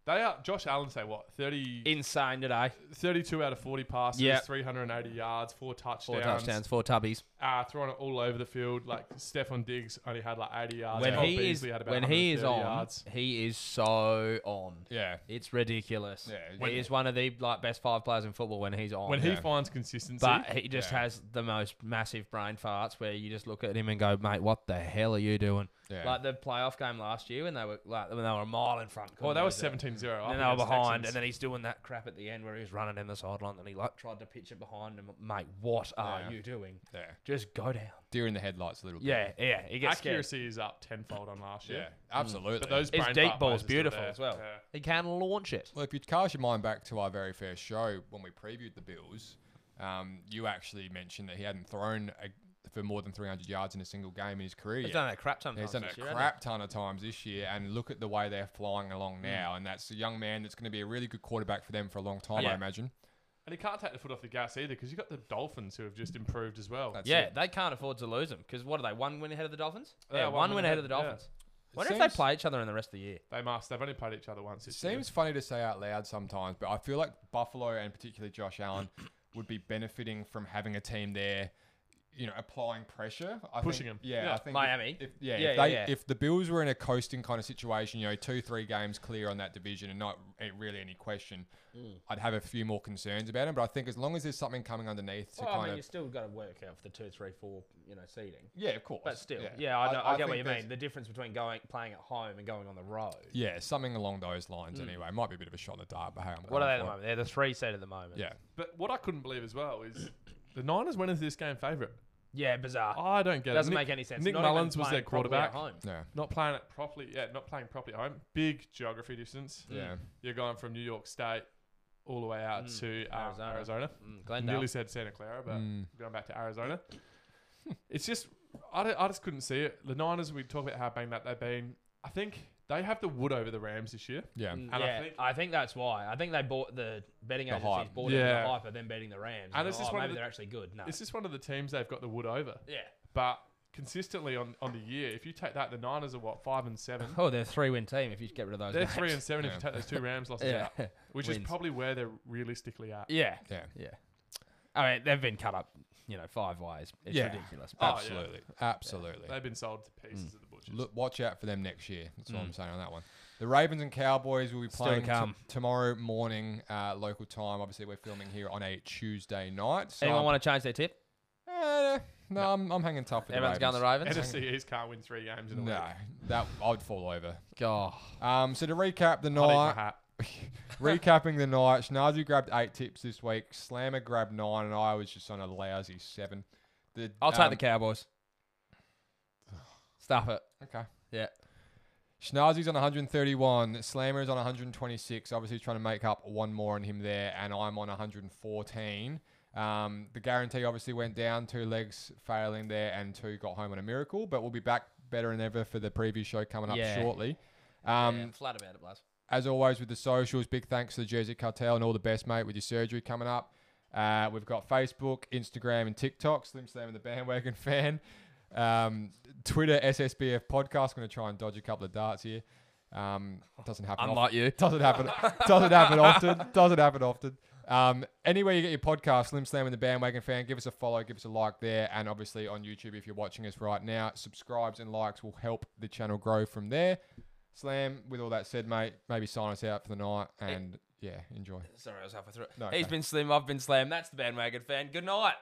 [SPEAKER 3] They are Josh Allen say what 30,
[SPEAKER 2] Insane today.
[SPEAKER 3] 32 out of forty passes,
[SPEAKER 2] Yeah.
[SPEAKER 3] three hundred and eighty yards, four
[SPEAKER 2] Four
[SPEAKER 3] touchdowns,
[SPEAKER 2] touchdowns, four tubbies.
[SPEAKER 3] Uh, throwing it all over the field. Like Stefan Diggs only had like eighty yards.
[SPEAKER 2] When
[SPEAKER 3] Cole
[SPEAKER 2] he is
[SPEAKER 3] Beasley had about
[SPEAKER 2] when he is
[SPEAKER 3] 130
[SPEAKER 2] on,
[SPEAKER 3] yards.
[SPEAKER 2] he is so on.
[SPEAKER 1] Yeah.
[SPEAKER 2] It's ridiculous.
[SPEAKER 1] Yeah,
[SPEAKER 2] he
[SPEAKER 1] when-
[SPEAKER 2] is one of the like best five players in football when he's on.
[SPEAKER 3] when he
[SPEAKER 1] yeah.
[SPEAKER 3] finds consistency,
[SPEAKER 2] but he just
[SPEAKER 1] Yeah.
[SPEAKER 2] has the most massive brain farts where you just look at him and go, "Mate, what the hell are you doing?"
[SPEAKER 1] Yeah.
[SPEAKER 2] Like the playoff game last year when they were like when they were a mile in front.
[SPEAKER 3] well, they were
[SPEAKER 2] couldn't lose it.
[SPEAKER 3] 17-0. up
[SPEAKER 2] And then they were
[SPEAKER 3] against
[SPEAKER 2] behind,
[SPEAKER 3] Texans.
[SPEAKER 2] and then he's doing that crap at the end where he was running in the sideline, and he like tried to pitch it behind him. Mate, what are
[SPEAKER 1] Yeah.
[SPEAKER 2] you doing?
[SPEAKER 1] yeah.
[SPEAKER 2] Just go down.
[SPEAKER 1] Deer in the headlights a little bit.
[SPEAKER 2] Yeah, Mm. yeah. He gets scared.
[SPEAKER 3] accuracy is up tenfold on last year.
[SPEAKER 1] Yeah. Absolutely.
[SPEAKER 3] But those
[SPEAKER 2] His
[SPEAKER 3] brain
[SPEAKER 2] deep
[SPEAKER 3] fart
[SPEAKER 2] ball's
[SPEAKER 3] plays are still
[SPEAKER 2] beautiful
[SPEAKER 3] there.
[SPEAKER 2] as well.
[SPEAKER 3] Yeah.
[SPEAKER 2] He can launch it.
[SPEAKER 1] Well, if you cast your mind back to our very first show when we previewed the Bills, um, you actually mentioned that he hadn't thrown a, for more than 300 yards in a single game in his career.
[SPEAKER 2] He's
[SPEAKER 1] yet.
[SPEAKER 2] done that crap ton.
[SPEAKER 1] He's done
[SPEAKER 2] times
[SPEAKER 1] a
[SPEAKER 2] this year, hasn't he?
[SPEAKER 1] crap ton of times this year, and look at the way they're flying along
[SPEAKER 2] Mm.
[SPEAKER 1] now. And that's a young man that's going to be a really good quarterback for them for a long time, I
[SPEAKER 2] Yeah.
[SPEAKER 1] imagine.
[SPEAKER 3] And he can't take the foot off the gas either because you've got the Dolphins who have just improved as well.
[SPEAKER 1] That's
[SPEAKER 2] Yeah,
[SPEAKER 1] it.
[SPEAKER 2] they can't afford to lose them because what are they? One win ahead of the Dolphins.
[SPEAKER 3] Yeah,
[SPEAKER 2] Yeah,
[SPEAKER 3] one
[SPEAKER 2] one,
[SPEAKER 3] win
[SPEAKER 2] win,
[SPEAKER 3] ahead,
[SPEAKER 2] ahead of the
[SPEAKER 3] yeah.
[SPEAKER 2] Dolphins.
[SPEAKER 1] It
[SPEAKER 2] Wonder if
[SPEAKER 1] seems-
[SPEAKER 2] they play each other in the rest of the year.
[SPEAKER 3] They must. They've only played each other once.
[SPEAKER 1] It
[SPEAKER 3] this year.
[SPEAKER 1] seems funny to say out loud sometimes, but I feel like Buffalo and particularly Josh Allen would be benefiting from having a team there, you know, applying pressure, I
[SPEAKER 3] Pushing
[SPEAKER 1] think,
[SPEAKER 3] 'em.
[SPEAKER 1] Yeah,
[SPEAKER 3] Yeah.
[SPEAKER 1] I think if-
[SPEAKER 2] Miami.
[SPEAKER 1] If, yeah,
[SPEAKER 2] Yeah,
[SPEAKER 1] if, they,
[SPEAKER 2] yeah, yeah.
[SPEAKER 1] if the Bills were in a coasting kind of situation, you know, two, three games clear on that division and not eh, really any question,
[SPEAKER 2] Mm.
[SPEAKER 1] I'd have a few more concerns about him. But I think as long as there's something coming underneath to
[SPEAKER 2] Well, I
[SPEAKER 1] kind
[SPEAKER 2] mean, you
[SPEAKER 1] of,
[SPEAKER 2] still got to work out for the two, three, four, you know, seeding.
[SPEAKER 1] yeah, of course,
[SPEAKER 2] But still, yeah, I, know, I, get what
[SPEAKER 1] think
[SPEAKER 2] you
[SPEAKER 1] there's-
[SPEAKER 2] mean. The difference between going playing at home and going on the road.
[SPEAKER 1] Yeah, something along those lines. Anyway, might be a bit of a shot in the dark, but hey, I'm
[SPEAKER 2] Mm. What
[SPEAKER 1] going
[SPEAKER 2] are they at
[SPEAKER 1] for
[SPEAKER 2] the
[SPEAKER 1] it.
[SPEAKER 2] moment? They're the three seed at the moment.
[SPEAKER 1] Yeah,
[SPEAKER 3] But what I couldn't believe as well is the Niners went into this game favourite.
[SPEAKER 2] yeah, bizarre.
[SPEAKER 3] I don't get
[SPEAKER 2] Doesn't
[SPEAKER 3] it. Nick,
[SPEAKER 2] make any sense.
[SPEAKER 3] Nick
[SPEAKER 2] Not even
[SPEAKER 3] Mullins was their
[SPEAKER 2] playing properly
[SPEAKER 3] quarterback.
[SPEAKER 2] At home.
[SPEAKER 1] yeah,
[SPEAKER 3] Not playing it properly. Yeah, not playing properly at home. Big geography distance.
[SPEAKER 1] yeah.
[SPEAKER 3] You're going from New York State all the way out
[SPEAKER 2] Mm.
[SPEAKER 3] to um, Arizona.
[SPEAKER 2] Arizona. Mm, Glendale.
[SPEAKER 3] Nearly said Santa Clara, but
[SPEAKER 1] Mm.
[SPEAKER 3] going back to Arizona. it's just, I, don't- I just couldn't see it. The Niners, we talk about how bang that they've been. I think they have the wood over the Rams this year.
[SPEAKER 1] Yeah.
[SPEAKER 2] Mm,
[SPEAKER 3] And I
[SPEAKER 2] yeah, I
[SPEAKER 3] think-
[SPEAKER 2] think, that's why. I think they bought the betting
[SPEAKER 1] The
[SPEAKER 2] agencies
[SPEAKER 1] hype.
[SPEAKER 2] bought
[SPEAKER 3] Yeah.
[SPEAKER 2] into the hype of them betting the Rams.
[SPEAKER 3] And
[SPEAKER 2] And
[SPEAKER 3] it's
[SPEAKER 2] it's
[SPEAKER 3] just one of
[SPEAKER 2] maybe
[SPEAKER 3] the-
[SPEAKER 2] they're actually good. No.
[SPEAKER 3] It's just one of the teams they've got the wood over.
[SPEAKER 2] Yeah.
[SPEAKER 3] But consistently on, on the year, if you take that, the Niners are what, five and seven?
[SPEAKER 2] Oh, they're a three win team if you get rid of those.
[SPEAKER 3] They're
[SPEAKER 2] names.
[SPEAKER 3] three and seven if
[SPEAKER 1] Yeah.
[SPEAKER 3] you take those two Rams losses
[SPEAKER 2] Yeah.
[SPEAKER 3] out, which is
[SPEAKER 2] Wins.
[SPEAKER 3] probably where they're realistically at.
[SPEAKER 2] Yeah.
[SPEAKER 1] Yeah.
[SPEAKER 2] Yeah. I mean, they've been cut up, you know, five ways. It's
[SPEAKER 1] Yeah.
[SPEAKER 2] ridiculous.
[SPEAKER 3] Oh, yeah.
[SPEAKER 1] Absolutely. Absolutely.
[SPEAKER 3] They've been sold to pieces at the butchers.
[SPEAKER 1] Look, watch out for them next year. That's what I'm saying on that one. The Ravens and Cowboys will be
[SPEAKER 2] Mm. to
[SPEAKER 1] playing t-
[SPEAKER 2] come.
[SPEAKER 1] tomorrow morning, uh, local time. Obviously, we're filming here on a Tuesday night. So
[SPEAKER 2] Anyone
[SPEAKER 1] I'm-
[SPEAKER 2] want to change their tip?
[SPEAKER 1] Eh, no, I'm, I'm hanging tough with the
[SPEAKER 2] Everyone's going the
[SPEAKER 1] Ravens.
[SPEAKER 2] Ravens?
[SPEAKER 3] NFC East can't win three games in a week.
[SPEAKER 1] No, that I'd fall over.
[SPEAKER 2] God.
[SPEAKER 1] Um, so to recap the
[SPEAKER 3] I'll eat my
[SPEAKER 1] night,
[SPEAKER 3] hat.
[SPEAKER 1] recapping the night, Schnazu grabbed eight tips this week. Slammer grabbed nine, and I was just on a lousy seven. The,
[SPEAKER 2] I'll take
[SPEAKER 1] um,
[SPEAKER 2] the Cowboys. Stop it.
[SPEAKER 1] um, Okay.
[SPEAKER 2] Yeah.
[SPEAKER 1] Schnazi's on 131. Slammer is on 126. Obviously, trying to make up one more on him there, and I'm on 114. Um, the guarantee obviously went down, two legs failing there, and two got home on a miracle. But we'll be back better than ever for the preview show coming up
[SPEAKER 2] Yeah.
[SPEAKER 1] shortly. Um,
[SPEAKER 2] yeah, flat about it, Blas.
[SPEAKER 1] as always with the socials, big thanks to the Jersey Cartel and all the best, mate, with your surgery coming up. Uh, we've got Facebook, Instagram, and TikTok. Slim Slam and the Bandwagon fan. Um, Twitter, SSBF Podcast. Going to try and dodge a couple of darts here. Um, doesn't happen. often.
[SPEAKER 2] you.
[SPEAKER 1] Doesn't happen. Doesn't happen often. Doesn't happen often. Um, anywhere you get your podcast, Slim Slam and the Bandwagon Fan, give us a follow, give us a like there, and obviously on YouTube if you're watching us right now, subscribes and likes will help the channel grow from there. Slam, with all that said, mate, maybe sign us out for the night and yeah, enjoy.
[SPEAKER 2] Sorry, I was halfway through it.
[SPEAKER 1] No,
[SPEAKER 2] He's
[SPEAKER 1] okay.
[SPEAKER 2] been slim, I've been slam. That's the bandwagon fan. Good night.